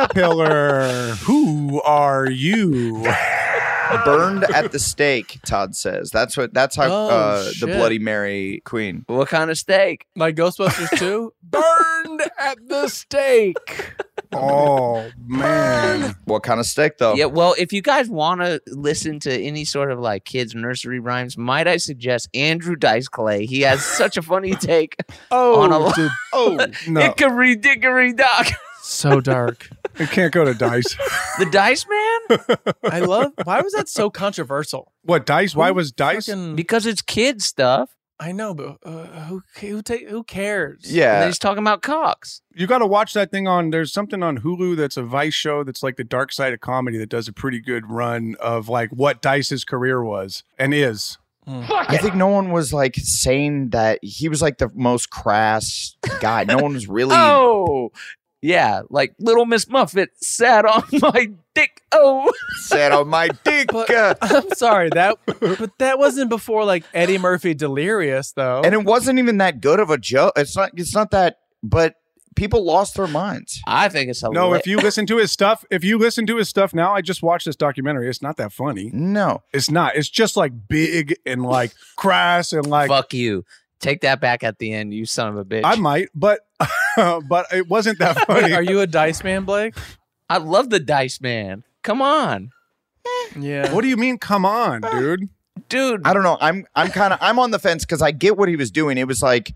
caterpillar. Who are you? Burned at the stake, Todd says. That's what. That's how Oh, uh, the shit. Bloody Mary Queen. what kind of steak? like Ghostbusters 2, burned at the stake. Oh man. What kind of steak Oh. though? Yeah, well, if you guys want to listen to any sort of like kids nursery rhymes, might I suggest Andrew Dice Clay? He has such a funny take on Oh, a dude, Oh no. It, Hickory Dickory Dock. so dark. can't go to dice. The Dice Man? I love. Why was that so controversial? What dice? Why was dice? Fucking- Because it's kid stuff. I know, but uh, who who ta- who cares? And Yeah. then he's talking about cocks. You got to watch that thing on. There's something on Hulu that's a Vice show that's like the dark side of comedy that does a pretty good run of like what Dice's career was and is. I think no one was like saying that he was like the most crass guy. No one was really. Oh, yeah. Like Little Miss Muffet sat on my dick. Oh, Said on my dick. But- uh, I'm sorry that, but that wasn't before like Eddie Murphy Delirious though. and it wasn't even that good of a joke. It's not. It's not that. But people lost their minds. I think it's hilarious. No, if you listen to his stuff, if you listen to his stuff now, I just watched this documentary. It's not that funny. No. It's not. It's just like big and like crass and like fuck you, take that back at the end, you son of a bitch. I might, but but it wasn't that funny. Are you a dice man, Blake? I love the Dice Man. Come on, Yeah. what do you mean? Come on, dude. dude. I don't know. I'm I'm kind of I'm on the fence because I get what he was doing. It was like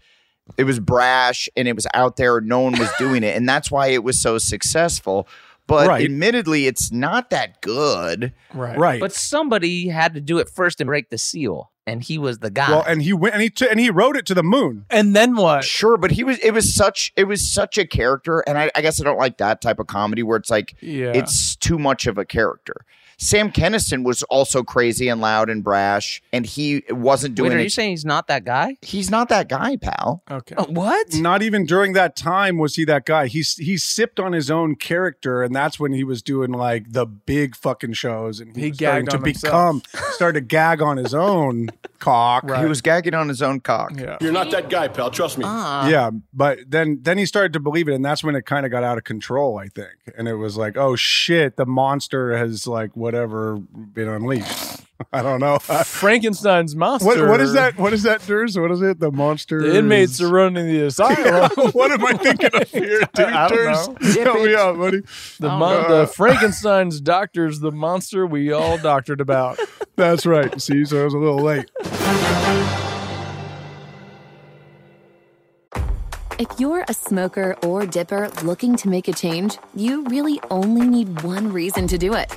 it was brash and it was out there. No one was doing it, and that's why it was so successful. But Right. admittedly, it's not that good. right. Right. But somebody had to do it first and break the seal, and he was the guy. well, and he went and he t- and he rode it to the moon. And then what? Sure, but he was. It was such. It was such a character, and I, I guess I don't like that type of comedy where it's like Yeah. it's too much of a character. Sam Kennison was also crazy and loud and brash, and he wasn't doing Wait, are you it. saying he's not that guy? He's not that guy, pal. okay. Uh, what? Not even during that time was he that guy. He s- he sipped on his own character, and that's when he was doing like the big fucking shows, and he, He was starting gagged to on become started to gag on his own cock. Right. He was gagging on his own cock. Yeah. You're not that guy, pal. Trust me. Uh-huh. Ah. yeah, but then then he started to believe it, and that's when it kind of got out of control, I think. And it was like, oh shit, the monster has like whatever been unleashed. I don't know. Frankenstein's monster. What what is that? What is that, Durs? What is it? The monster. The inmates are running the asylum. what am I thinking of here, dude? I don't Durs, know. help me out, buddy. The, mon- the Frankenstein's doctor's the monster we all doctored about. That's right. See, so I was a little late. If you're a smoker or dipper looking to make a change, you really only need one reason to do it.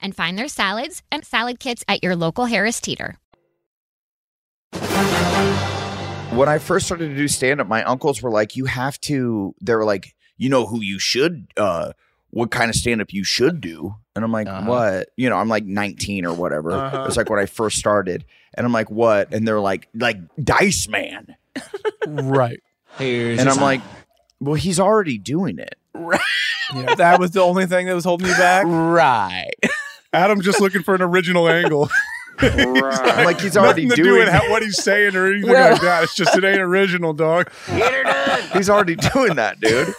and find their salads and salad kits at your local Harris Teeter. When I first started to do stand up, my uncles were like, "You have to." They were like, "You know who you should, uh, what kind of stand up you should do." And I'm like, Uh-huh. "What?" You know, I'm like 19 or whatever. Uh-huh. It's like when I first started, and I'm like, "What?" And they're like, "Like Dice Man." right. and I'm like, "Well, he's already doing it." Yeah, that was the only thing that was holding me back. Right. Adam just looking for an original angle. He's Right. Like he's nothing already to do doing with it. how- what he's saying or anything Well- like that. It's just it ain't original, dog. he's already doing that, dude.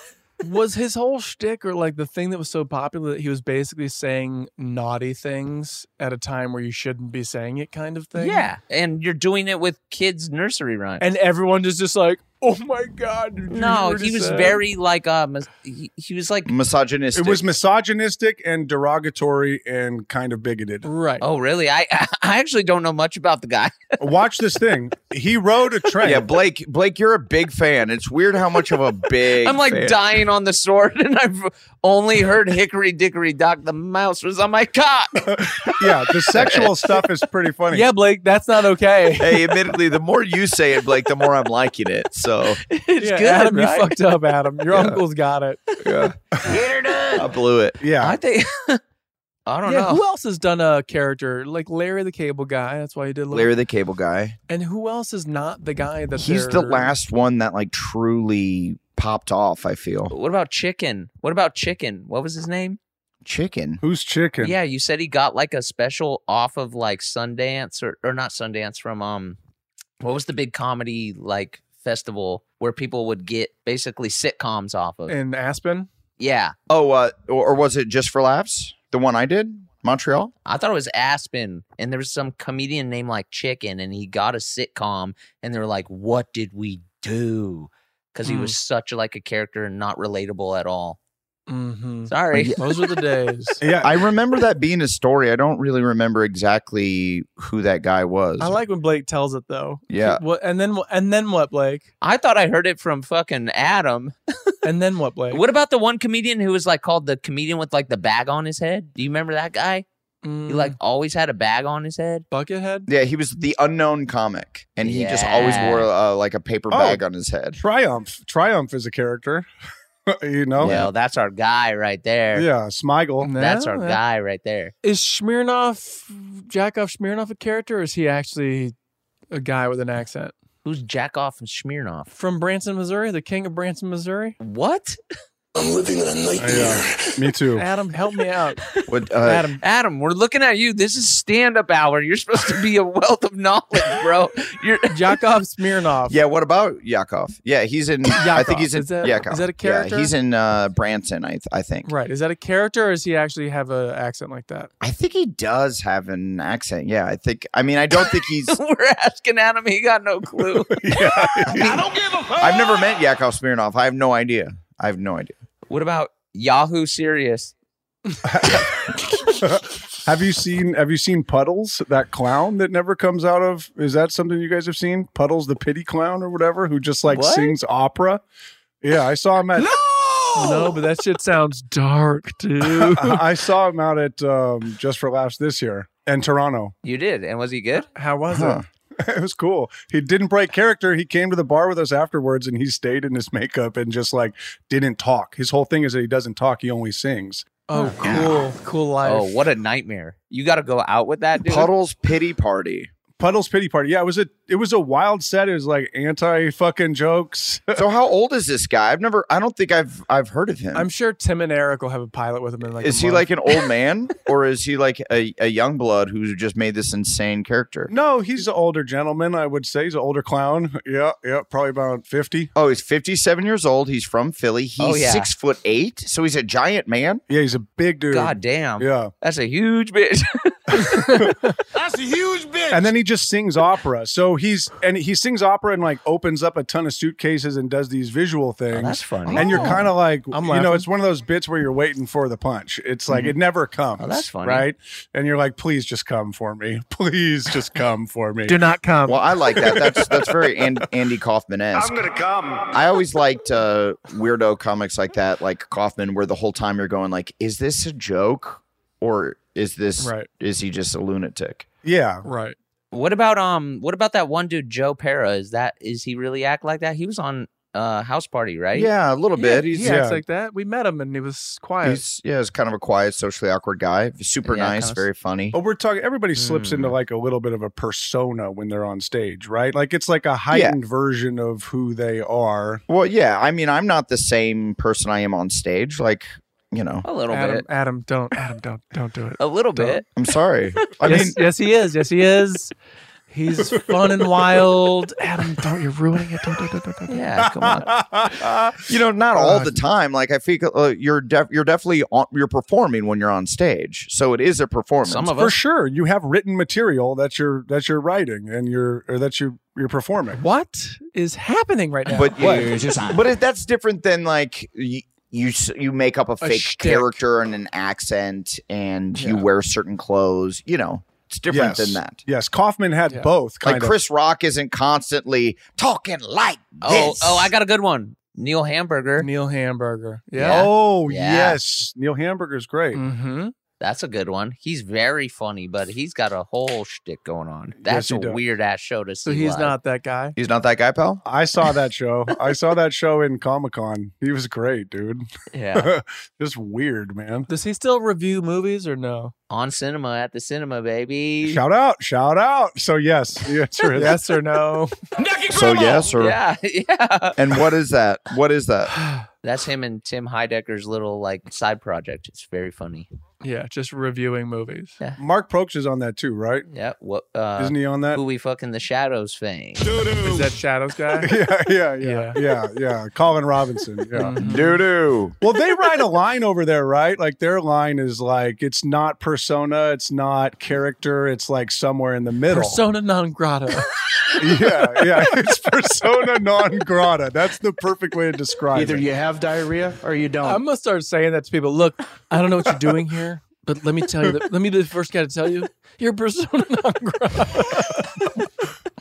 was his whole shtick or like the thing that was so popular that he was basically saying naughty things at a time where you shouldn't be saying it kind of thing? Yeah, and you're doing it with kids' nursery rhymes. And everyone is just like, oh my God. did you no, hear he this was ad?" very like uh, mis- he, he was like misogynistic. It was misogynistic and derogatory and kind of bigoted. Right. Oh, really? I I actually don't know much about the guy. Watch this thing. He rode a train. Yeah, Blake. Blake, you're a big fan. It's weird how much of a big. I'm like fan. dying on the sword, and I've only heard Hickory Dickory Dock. The mouse was on my cock. yeah, the sexual stuff is pretty funny. Yeah, Blake, that's not okay. Hey, admittedly, the more you say it, Blake, the more I'm liking it. So it's good, Adam, right? you fucked up, Adam. Your uncle's got it. I blew it. Yeah. I think. I don't yeah, know. Who else has done a character like Larry the Cable Guy? That's why he did Larry the Cable Guy. And who else is not the guy that He's the they're- last one that like truly popped off. I feel What about Chicken? What about Chicken? What was his name? chicken. Who's chicken? Yeah, you said he got like a special off of like Sundance or or not Sundance from um what was the big comedy like festival where people would get basically sitcoms off of? in Aspen? yeah. Oh, uh, or, or was it just for laughs? The one I did, Montreal. I thought it was Aspen and there was some comedian named like Chicken and he got a sitcom and they were like what did we do? Cuz he was such like a character and not relatable at all. Mm-hmm. Sorry. Those were the days. Yeah, I remember that being a story. I don't really remember exactly who that guy was. I like when Blake tells it though. Yeah. What and then wh- and then what, Blake? I thought I heard it from fucking Adam. And then what, Blake? What about the one comedian who was like called the comedian with like the bag on his head? Do you remember that guy? Mm-hmm. He like always had a bag on his head. Mm, Buckethead? Yeah, he was the unknown comic, and he just always Yeah. wore uh, like a paper Oh. bag on his head. Triumph. Triumph is a character. you know? Well, that's our guy right there. Oh, Yeah, Smigel. That's our Yeah. guy right there. Is Smirnoff Jakoff Smirnoff a character or is he actually a guy with an accent? Who's Jackoff and Smirnoff? From Branson, Missouri, the king of Branson, Missouri? What? I'm living in a nightmare. Uh, Yeah, me too. Adam, help me out. What, uh, Adam. Adam, we're looking at you. This is stand up hour. You're supposed to be a wealth of knowledge, bro. You're Jakov Smirnoff. Yeah, what about Yakov? Yeah, he's in. I think he's Yakov. in. Is that- Yakov. is that a Yeah, character? he's in uh, Branson. I th- I think. Right. Is that a character or does he actually have an accent like that? I think he does have an accent. Yeah, I think. I mean, I don't think he's. we're asking Adam. He got no clue. I've never met Yakov Smirnov. I have no idea. I have no idea. what about Yahoo Serious? Have you seen Have you seen Puddles, that clown that never comes out of? Is that something you guys have seen? Puddles, the pity clown or whatever, who just like What? sings opera. Yeah, I saw him at. No, but that shit sounds dark, dude. I saw him out at um, Just for Laughs this year in Toronto. You did, and was he good? How was Huh. It was cool. He didn't break character. He came to the bar with us afterwards and he stayed in his makeup and just like didn't talk. His whole thing is that he doesn't talk, he only sings. Oh, cool, cool life. Oh, what a nightmare! You got to go out with that dude. Puddles pity party. Puddles pity party. Yeah, it was a it was a wild set. It was like anti fucking jokes. so how old is this guy? I've never I don't think I've I've heard of him. I'm sure Tim and Eric will have a pilot with him in like. a is he month. like an old man or is he like a, a young blood who just made this insane character? No, he's an older gentleman, I would say. He's an older clown. Yeah, yeah, probably about 50. Oh, he's 57 years old. He's from Philly. He's Oh, yeah. six foot eight. So he's a giant man. Yeah, he's a big dude. God damn. Yeah. That's a huge bitch. That's a huge bitch. And then he just sings opera. So he's and he sings opera and like opens up a ton of suitcases and does these visual things. that's funny. And you're Oh. kind of like, I'm you know, laughing. it's one of those bits where you're waiting for the punch. It's like Mhm. it never comes. Oh, that's funny. right? And you're like, please just come for me. Please just come for me. Do not come. Well, I like that. That's that's very and, Andy Kaufman esque. gonna come. I always liked uh, weirdo comics like that, like Kaufman, where the whole time you're going like, is this a joke or is this Right. is he just a lunatic? Yeah. Right. What about um? What about that one dude, Joe Para? Is that is he really act like that? He was on uh House Party, right? Yeah, a little bit. He He's acts yeah. like that. We met him and he was quiet. He's yeah, he's kind of a quiet, socially awkward guy. Super Yeah, nice, kinda s- Oh. very funny. But we're talking. Everybody slips into Mm. like a little bit of a persona when they're on stage, right? Like it's like a heightened version of who they are. Well, yeah. I mean, I'm not the same person I am on stage. Like, you know, a little Adam, Adam, don't, Adam, don't, don't do it. A little Don't. bit. I'm sorry. I yes, mean, yes, he is. Yes, he is. He's fun and wild. Adam, don't you're ruining it. Don't, don't, don't, don't, don't. Yeah, come Um, on. you know, not all the time. Like I think uh, you're def- you're definitely on- you're performing when you're on stage, so it is a performance. for sure. You have written material that you're that you're writing and you're or that you you're performing. What is happening right now? But What? but it, that's different than like you, you s- you make up a, fake shtick. character and an accent, and you Yeah. wear certain clothes. You know, it's Yes. different than that. Yes, Kaufman had both. Kind like of. Chris Rock isn't constantly talking like Oh, this. oh, I got a good one. Neil Hamburger. Neil Hamburger. Yeah. Oh Yeah. yes, Neil Hamburger's great. Mm-hmm. That's a good one. He's very funny, but he's got a whole shtick going on. That's he a does. weird ass show to see. So he's live. not that guy. He's not that guy, pal. I saw that show. I saw that show in Comic Con. He was great, dude. Yeah. just weird, man. Does he still review movies or no? on cinema at the cinema, baby. Shout out, shout out. So yes, the answer is yes or no. So yes or Yeah, yeah. And what is that? What is that? That's him and Tim Heidecker's little like side project. It's very funny. Yeah, just reviewing movies. Yeah. Mark Proch is on that too, right? Yeah. What uh Isn't he on that? Who we fucking the shadows thing. Is that Shadows guy? yeah, yeah, yeah, yeah, yeah. Colin Robinson. Yeah. Mm. Doo doo. well, they write a line over there, right? Like their line is like it's not persona, it's not character, it's like somewhere in the middle. Persona non grata. yeah, yeah. It's persona non grata. That's the perfect way to describe Either it. you have diarrhea or you don't. I'm gonna start saying that to people. Look, I don't know what you're doing here, but let me tell you. That, let me be the first guy to tell you you're persona non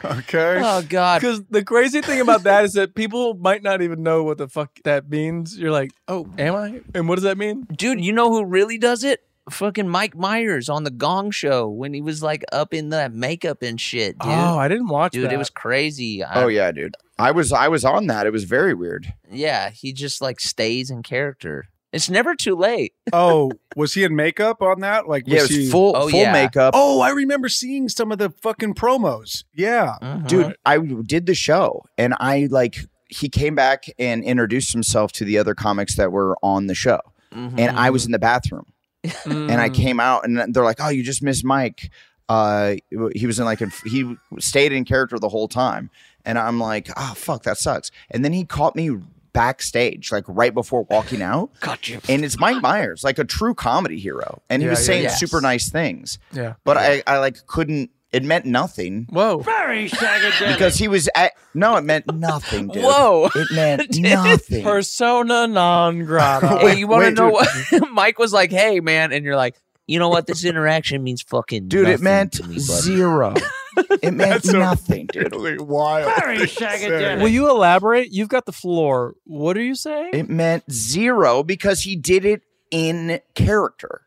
Okay. Oh God. Because the crazy thing about that is that people might not even know what the fuck that means. You're like, oh, am I? And what does that mean? Dude, you know who really does it? Fucking Mike Myers on the Gong Show when he was like up in that makeup and shit, dude. Oh, I didn't watch dude, that. it was crazy. I- Oh yeah, dude. I was I was on that. It was very weird. yeah, he just like stays in character. It's never too late. Oh, was he in makeup on that? Like, Yeah, was it was he full- Oh, full yeah. makeup. Oh, I remember seeing some of the fucking promos. Yeah, Dude, I did the show and I like he came back and introduced himself to the other comics that were on the show. And I was in the bathroom. Mm. And I came out and they're like, "Oh, you just missed Mike." Uh he was in like a, he stayed in character the whole time. And I'm like, "Oh, fuck, that sucks." And then he caught me backstage like right before walking out. Got you. And it's Mike Myers, like a true comedy hero. And he Yeah, was yeah, saying yeah. super nice things. Yeah. But I, I like couldn't. It meant nothing Whoa. Very sagadelic. because he was at. No, it meant nothing, dude. Whoa. it meant nothing. Persona non grata. Hey, you want to know what Mike was like? Hey, man, and you're like, you know what? This interaction means fucking Dude, it nothing meant to me, buddy. zero. it meant That's a nothing, dude. Wild. Will you elaborate? You've got the floor. What are you saying? It meant zero because he did it in character.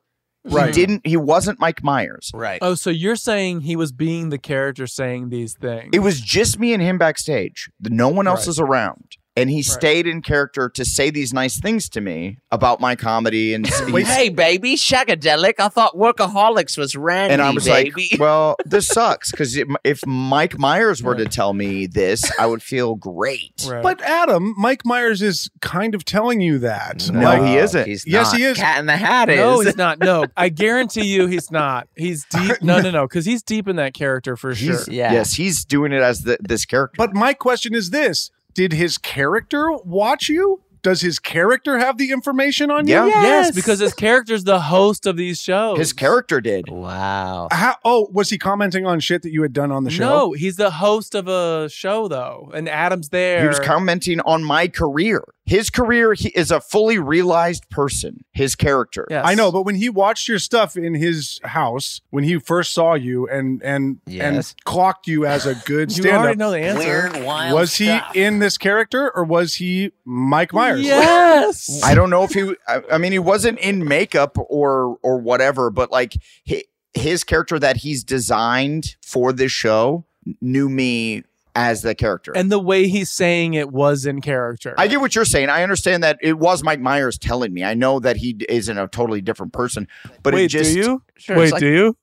He Right. didn't he wasn't Mike Myers. Right. Oh, so you're saying he was being the character saying these things. It was just me and him backstage. No one else Right. is around. And he stayed in character to say these nice things to me about my comedy and he's- hey, baby, shagadelic. I thought workaholics was Randy, and I was baby. like, "Well, this sucks because if Mike Myers were to tell me this, I would feel great." But Adam, Mike Myers is kind of telling you that. No, Like- he isn't. He's yes, not. he is. Cat in the Hat no, he's not. No, I guarantee you, he's not. He's deep. No, no, no, because he's deep in that character for He's- sure. Yes, he's doing it as the, this character. But my question is this: Did his character watch you? Does his character have the information on you? Yes, because his character's the host of these shows. His character did. Wow. How, oh, was he commenting on shit that you had done on the show? No, he's the host of a show though, and Adam's there. He was commenting on my career. His career, he is a fully realized person, his character. I know, but when he watched your stuff in his house when he first saw you and and Yes. and clocked you as a good You stand-up, already know the answer. Weird, wild was stuff. he in this character or was he Mike Myers? Yes. I don't know if he. I, I mean, he wasn't in makeup or or whatever, but like hi- his character that he's designed for this show knew me as the character. and the way he's saying it was in character. I get what you're saying. I understand that it was Mike Myers telling me. I know that he d- isn't a totally different person, but Wait, it just do you? Sure, Wait, it's like- do you?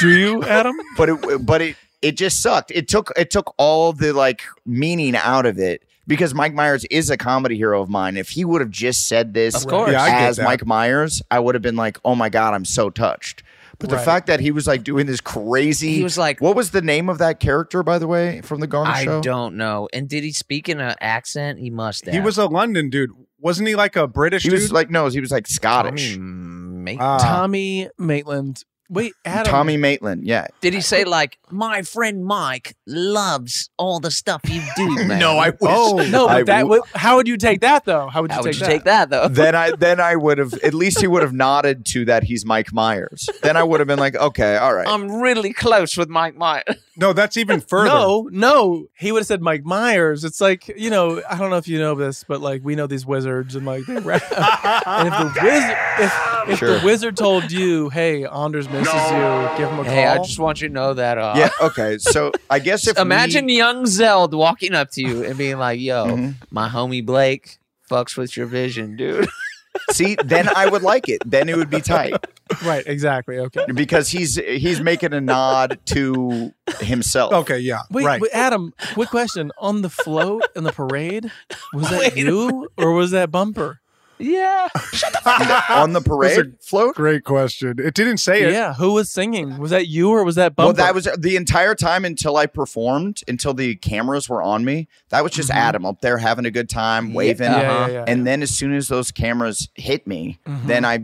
do you, Adam? But it but it it just sucked. It took it took all the like meaning out of it because Mike Myers is a comedy hero of mine. If he would have just said this Of course. Yeah, I get as that. Mike Myers, I would have been like, "Oh my god, I'm so touched." But the Right. fact that he was like doing this crazy He was like- "What was the name of that character by the way from the Garner I show?" don't know. And did he speak in an accent? He must have. He was a London dude. Wasn't he like a British He dude? was like no, he was like Scottish. Ah. Tommy Maitland. Wait, Adam. Tommy Maitland, yeah. Did he say like, "My friend Mike loves all the stuff you do"? Man. No, I wish. Oh no! But I that. w- wh- how would you take that though? How would you, How take, would you that? take that though? then I then I would have at least he would have nodded to that he's Mike Myers. Then I would have been like, okay, all right. I'm really close with Mike Myers. No, that's even further. No, no. He would have said Mike Myers. It's like, you know, I don't know if you know this, but like we know these wizards and like they rap. and if the wizard if, if Sure. the wizard told you, hey, Anders misses you, give him a Hey, I call. just want you to know that. Uh, yeah, okay. So I guess if Imagine we, young Zeld walking up to you and being like, "Yo, my homie Blake fucks with your vision, dude." see, then I would like it. Then it would be tight right, exactly. Okay. because he's he's making a nod to himself. Okay, yeah, Wait, wait, Adam, quick question. On the float and the parade, was that you or was that bumper? yeah. On the parade float. Great question. It didn't say it. Yeah, who was singing? Was that you or was that Well, bumper? that was the entire time until I performed, until the cameras were on me. That was just Adam up there having a good time, waving. Mm-hmm. Yeah, yeah, yeah, and then as soon as those cameras hit me, Mhm. then I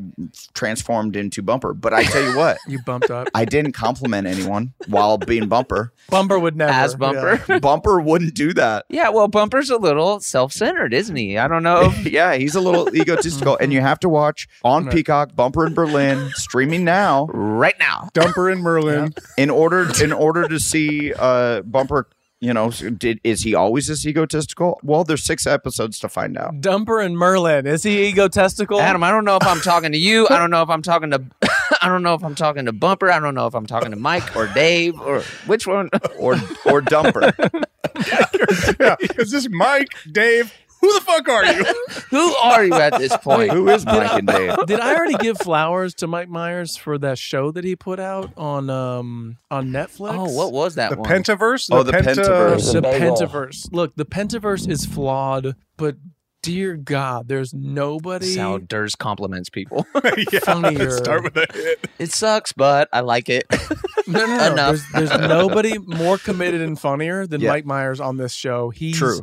transformed into Bumper. But I tell you what, you bumped up. I didn't compliment anyone while being Bumper. Bumper would never As Bumper. yeah. Bumper wouldn't do that. Yeah, well, Bumper's a little self-centered, isn't he? I don't know. yeah, he's a little egotistical. And you have to watch on Peacock, Bumper in Berlin, streaming now. Right now. Dumper and Merlin. in order in order to see uh bumper you know did is he always this egotistical well there's six episodes to find out Dumper and Merlin. Is he egotistical? Adam, I don't know if I'm talking to you. I don't know if I'm talking to. I don't know if I'm talking to Bumper. I don't know if I'm talking to Mike or Dave or which one. or or dumper yeah. Is this Mike, Dave? Who the fuck are you? Who are you at this point? who is mike and dave Did I already give flowers to Mike Myers for that show that he put out on um on Netflix? Oh, what was that The one? Pentaverse? Oh, the Pentaverse. The bagel. Pentaverse. Look, the Pentaverse is flawed, but dear God, there's nobody Sounders compliments people. funnier. Let's start with a hit. it sucks, but I like it. no, no, no. Enough. There's, there's nobody more committed and funnier than Yeah. Mike Myers on this show. He's true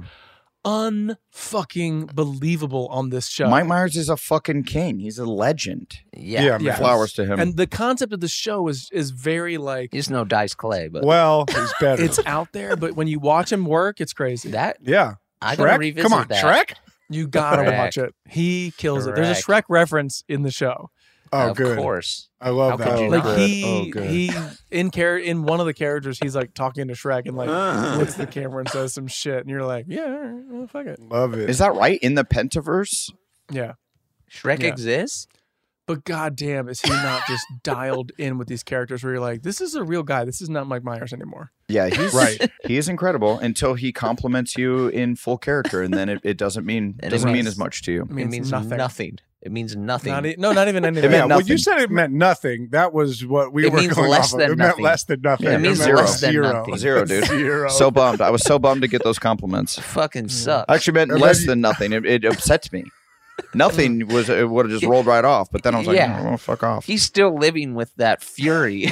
unfucking believable on this show. mike myers is a fucking king he's a legend Yeah. Yeah. Yeah. flowers to him and the concept of the show is is very like He's no Dice Clay, but Well, he's better. it's out there, but when you watch him work, it's crazy. that yeah. I gotta Shrek? revisit Come on, that. Shrek? You gotta Correct. watch it. He kills it. There's a Shrek reference in the show. Oh, of good. course. I love How that. could you Like not? Oh, he good. he in char- in one of the characters he's like talking to Shrek and like Uh. looks at the camera and says some shit and you're like yeah all right, well, fuck it Love it. Is that right? In the Pentaverse? yeah Shrek Yeah. exists. but goddamn is he not just dialed in with these characters where you're like this is a real guy this is not Mike Myers anymore Yeah, he's Right. He is incredible until he compliments you in full character, and then it, it doesn't mean And it doesn't mean means- as much to you. it means, nothing. It means nothing. Not e- no not even anything meant yeah, well, nothing. you said it meant nothing. That was what we It were means going less off of. than it nothing. meant less than nothing. Yeah, it means meant less than zero. nothing. Zero, dude. zero. So bummed. I was so bummed to get those compliments. Fucking Mm. sucks. Actually, meant And then less you- than nothing. It, it upsets me. Nothing was it would have just rolled right off. But then I was like, Yeah. oh, well, fuck off. He's still living with that fury.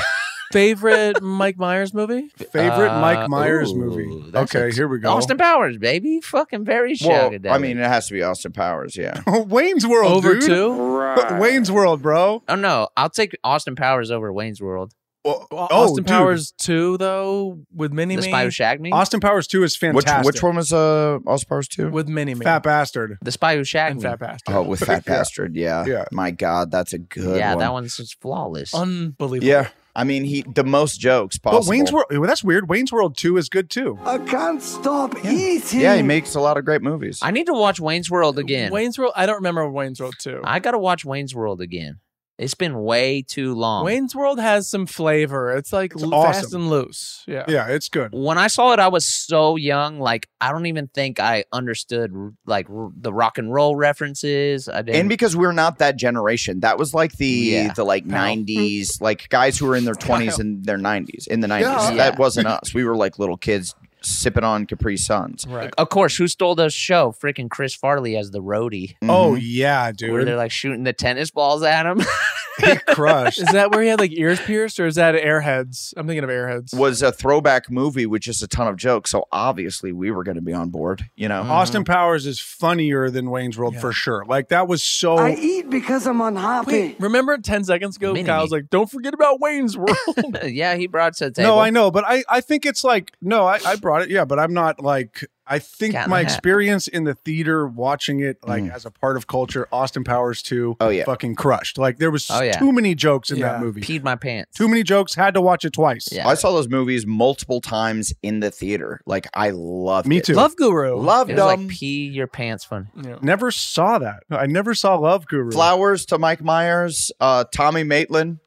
favorite Mike Myers movie Favorite Uh, Mike Myers ooh, movie. that's Okay, a- here we go. Austin Powers, baby. Fucking very Well, shagged. I mean, uh, it has to be Austin Powers. Yeah. Wayne's World, Over dude. two? Right. Wayne's World, bro. oh no, I'll take Austin Powers over Wayne's World. Well, oh, Austin dude. Powers two though with Mini The Spy Who Shagged Me. Austin Powers Two is Which fantastic. which one was uh Austin Powers two? with Mini Me Fat bastard. the Spy Who Shagged and Me. Fat Bastard Oh, with Fat Yeah. Bastard. Yeah. Yeah. My God, that's a good. yeah, one. that one's just flawless. unbelievable Yeah. I mean, he the most jokes possible. But Wayne's World, well, that's weird. Wayne's World 2 is good too. I can't stop eating. Yeah, he makes a lot of great movies. I need to watch Wayne's World again. Wayne's World I don't remember Wayne's World two I gotta watch Wayne's World again. It's been way too long. Wayne's World has some flavor. It's like It's l- awesome. fast and loose. Yeah. Yeah, it's good. when I saw it, I was so young. Like I don't even think I understood r- like r- the rock and roll references. I didn't. and because we're not that generation, that was like the Yeah. the like '90s, like guys who were in their 20s and their 90s in the 90s. Yeah. That wasn't us. We were like little kids sipping on Capri Suns. Right. of course, who stole the show? Freaking Chris Farley as the roadie. Oh, Mm-hmm. yeah, dude. Where they're like shooting the tennis balls at him. he crushed. Is that where he had like ears pierced or is that Airheads? I'm thinking of Airheads. Was a throwback movie with just a ton of jokes, so obviously we were going to be on board. You Mm, know, Austin Powers is funnier than Wayne's World for sure. Like that was so I eat because I'm unhappy. Wait, remember 10 seconds ago, Mini Kyle's Me. like, don't forget about Wayne's World. yeah, he brought to the table. No, I know, but I, I think it's like no, I, I brought it, yeah, but I'm not like I think Cat in my the Hat. experience in the theater watching it like as a part of culture, Austin Powers 2 Mm. Oh, yeah. fucking crushed. Like there was Oh, yeah. too many jokes in that Yeah. movie. Peed my pants. too many jokes, had to watch it twice. Yeah. I saw those movies multiple times in the theater. Like I loved Me it. too. Love Guru. Loved It them. was like pee your pants fun. Yeah. Never saw that. I never saw Love Guru. flowers to Mike Myers, uh, Tommy Maitland.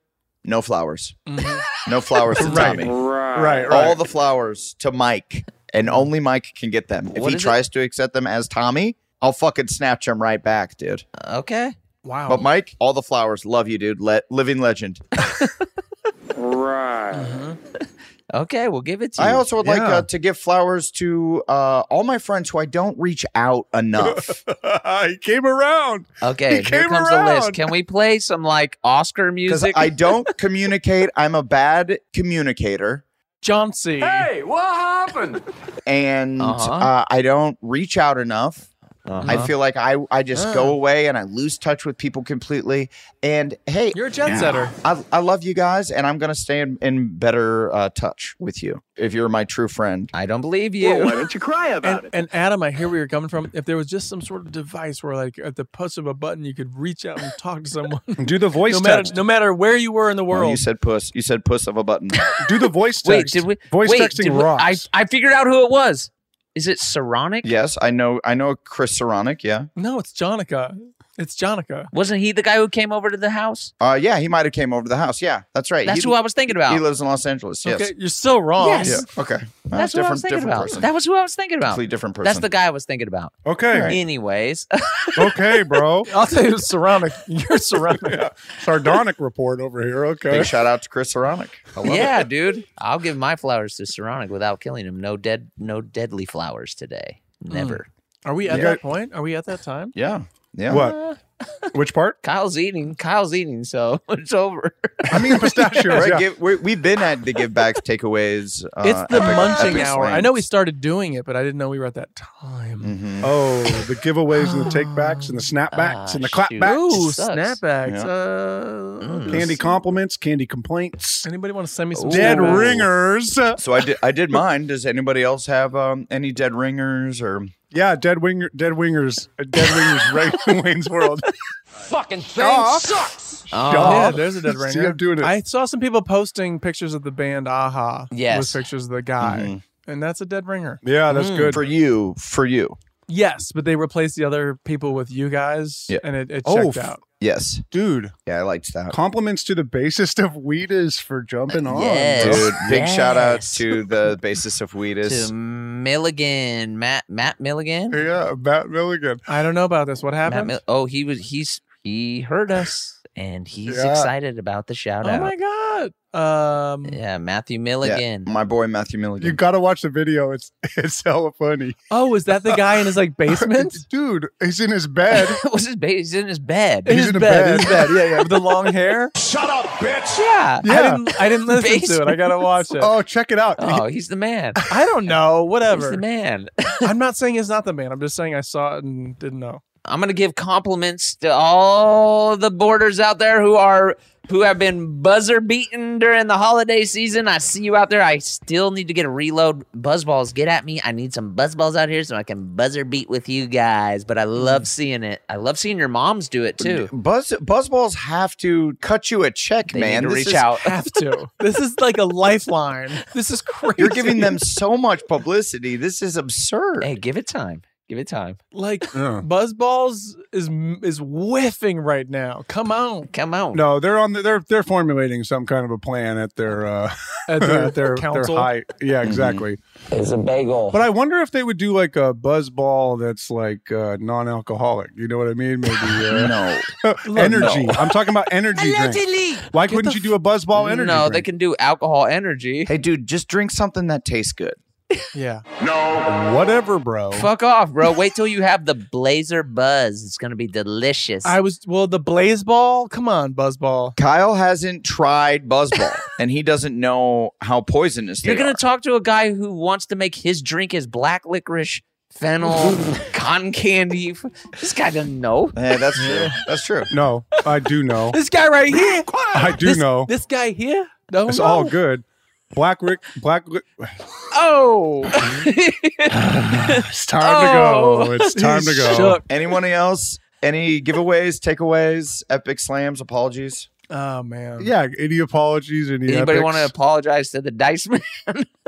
No flowers. Mm-hmm. No flowers to Right. Tommy. Right, right. All the flowers to Mike, and only Mike can get them. If What he is it? tries to accept them as Tommy, I'll fucking snatch him right back, dude. Oh. Okay. Wow. But Mike, all the flowers. Love you, dude. Le- living legend. Okay, we'll give it to you. I also would like Yeah. uh, to give flowers to uh, all my friends who I don't reach out enough. he came around. okay, He here came comes the list. around. Can we play some like Oscar Because music? I don't communicate. I'm a bad communicator. John C. Hey, what happened? and uh Uh-huh. I don't reach out enough. I feel like I I just go Ah. away and I lose touch with people completely. And hey, You're a jet setter. I, I love you guys, and I'm gonna stay in, in better uh, touch with you if you're my true friend. I don't believe you. Well, why don't you cry about And, it? and Adam, I hear where you're coming from. If there was just some sort of device where, like, at the push of a button, you could reach out and talk to someone, Do the voice no matter text. no matter where you were in the Well, world. Oh, you said puss. You said puss of a button. Do the voice text. Wait, did we voice wait, texting did we- I, rocks? I figured out who it was. Is it Saronic? yes, I know. I know Chris Saronic. Yeah. no, it's Jonica. It's Jonica. Wasn't he the guy who came over to the house? Uh, yeah, he might have came over to the house. Yeah, that's right. That's he, who I was thinking about. He lives in Los Angeles. Yes. Okay, you're so wrong. Yes. Yeah. Okay. Well, That's what I different. was thinking Different about. person. That was who I was thinking about. Completely different person. That's the guy I was thinking about. okay, Anyways, okay, bro. I'll tell you, ceramic. You're ceramic. Sardonic report over here. Okay. Big shout out to Chris Saronic. I love it. yeah, dude, I'll give my flowers to Saronic without killing him. No dead, no deadly flowers today. Hmm. Never. Are we at Yeah. that point? Are we at that time? Yeah. Yeah. What? Which part? Kyle's eating. Kyle's eating. So it's over. I mean pistachios. Right, yeah. give, we we've been at the give back takeaways. Uh, it's the epic- munching epic hour. I slams. know we started doing it, but I didn't know we were at that time. Mhm. Oh, the giveaways and the takebacks and the snapbacks Ah, and the shoot. clapbacks. Oh, Ooh, It sucks. snapbacks. Yeah. Uh, Mm. Candy compliments, candy complaints, Anybody want to send me some dead snapbacks? ringers. So I did. I did mine. Does anybody else have um, any dead ringers or? Yeah, dead Uh, winger, dead wingers, dead wingers. Right in Wayne's World. Fucking thing Aw. sucks. Oh, yeah, there's a dead ringer. I saw some people posting pictures of the band Aha. Yes. with pictures of the guy, Mm-hmm. and that's a dead ringer. Mm. for you. For you. Yes, but they replaced the other people with you guys, Yeah. and it, it checked Oh, f- out. Yes, dude. Yeah, I liked that. Compliments to the bassist of Weedus for jumping Uh, on. Dude, big shout out to the basis of Weedus. To Milligan, Matt Matt Milligan. Yeah, Matt Milligan. I don't know about this. What happened? oh, he was he's he heard us and he's Yeah. excited about the shout oh out. my god. Um, yeah, Matthew Milligan. my boy Matthew Milligan. You got to watch the video. It's it's hella funny. Oh, is that the guy in his like basement? Dude, he's in his bed. What's his base? He's in his bed. In his bed, in his bed, yeah, yeah, with the long hair. Shut up, bitch. Yeah. I didn't- I didn't listen to it. I gotta watch it. Oh, check it out. Oh, he's the man. I don't know. Whatever. the man. I'm not saying it's not the man. I'm just saying I saw it and didn't know. I'm gonna give compliments to all the boarders out there who are who have been buzzer beaten during the holiday season. I see you out there. I still need to get a reload. Buzzballs, get at me. I need some buzzballs out here so I can buzzer beat with you guys. But I love seeing it. I love seeing your moms do it too. Buzz Buzzballs have to cut you a check, They man. need to This reach is- out. Have to. This is like a lifeline. This is crazy. You're giving them so much publicity. This is absurd. Hey, give it time. Give it time. like Buzzballs is is whiffing right now. Come on, come on. No, they're on. The, they're they're formulating some kind of a plan at their uh, At their Mm-hmm. council? high. Yeah, Mhm. exactly. It's a bagel. But I wonder if they would do like a buzz ball that's like uh, non-alcoholic. You know what I mean? Maybe uh, no energy. I'm talking about energy. drink. Allegedly. Why couldn't you do a buzz ball energy? No, they drink? can do alcohol energy. Hey, dude, just drink something that tastes good. Yeah. No. Whatever, bro. Fuck off, bro. Wait till you have the blazer buzz. It's gonna be delicious. I was well the blaze ball. Come on, Buzzball. Kyle hasn't tried Buzzball, and he doesn't know how poisonous they You're gonna are. talk to a guy who wants to make his drink is black licorice, fennel, cotton candy. This guy doesn't know. Hey, that's true. That's true. No, I do know. This guy right here. I do This- know. This guy here. Oh, No, it's all good. Black Rick, Black. Rick- Oh. It's time Oh. to go. It's time to go. Anyone else? Any giveaways, takeaways, epic slams, apologies? Oh man. Yeah, any apologies? Any Anybody want to epics? apologize to the Dice Man?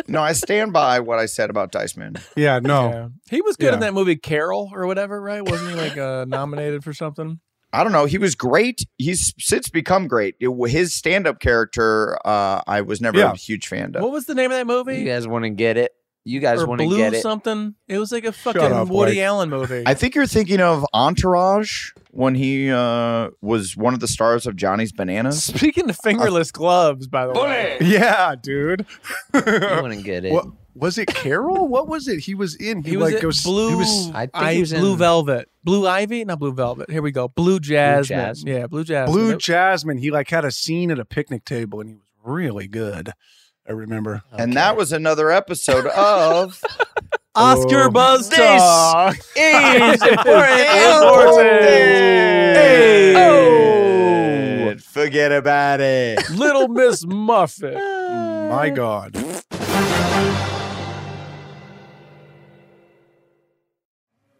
no, I stand by what I said about Dice Man. Yeah, no. He was good in Yeah. that movie Carol or whatever, right? Wasn't he like uh, nominated for something? I don't know. He was great. He's since become great. It- his stand-up character, uh, I was never Yeah. a huge fan What of. was the name of that movie? You guys want to get it? You guys or want to Blue get it? something? It was like a fucking up, Woody Blake. Allen movie. I think you're thinking of Entourage when he uh, was one of the stars of Johnny's Bananas. Speaking of fingerless gloves, by the way. Yeah, dude. you wouldn't get it. What, was it Carol? what was it? He was in. He, He was like in goes blue. He was, I blue velvet, blue ivy, not blue velvet. Here we go, blue jasmine. Jasmine. Yeah, blue jasmine. Blue It- Jasmine. He like had a scene at a picnic table, and he was really good. I remember. And that was another episode of Oscar Buzz This Talk. is Hey. important. Forget about it. Little Miss Muffet. My Uh, God.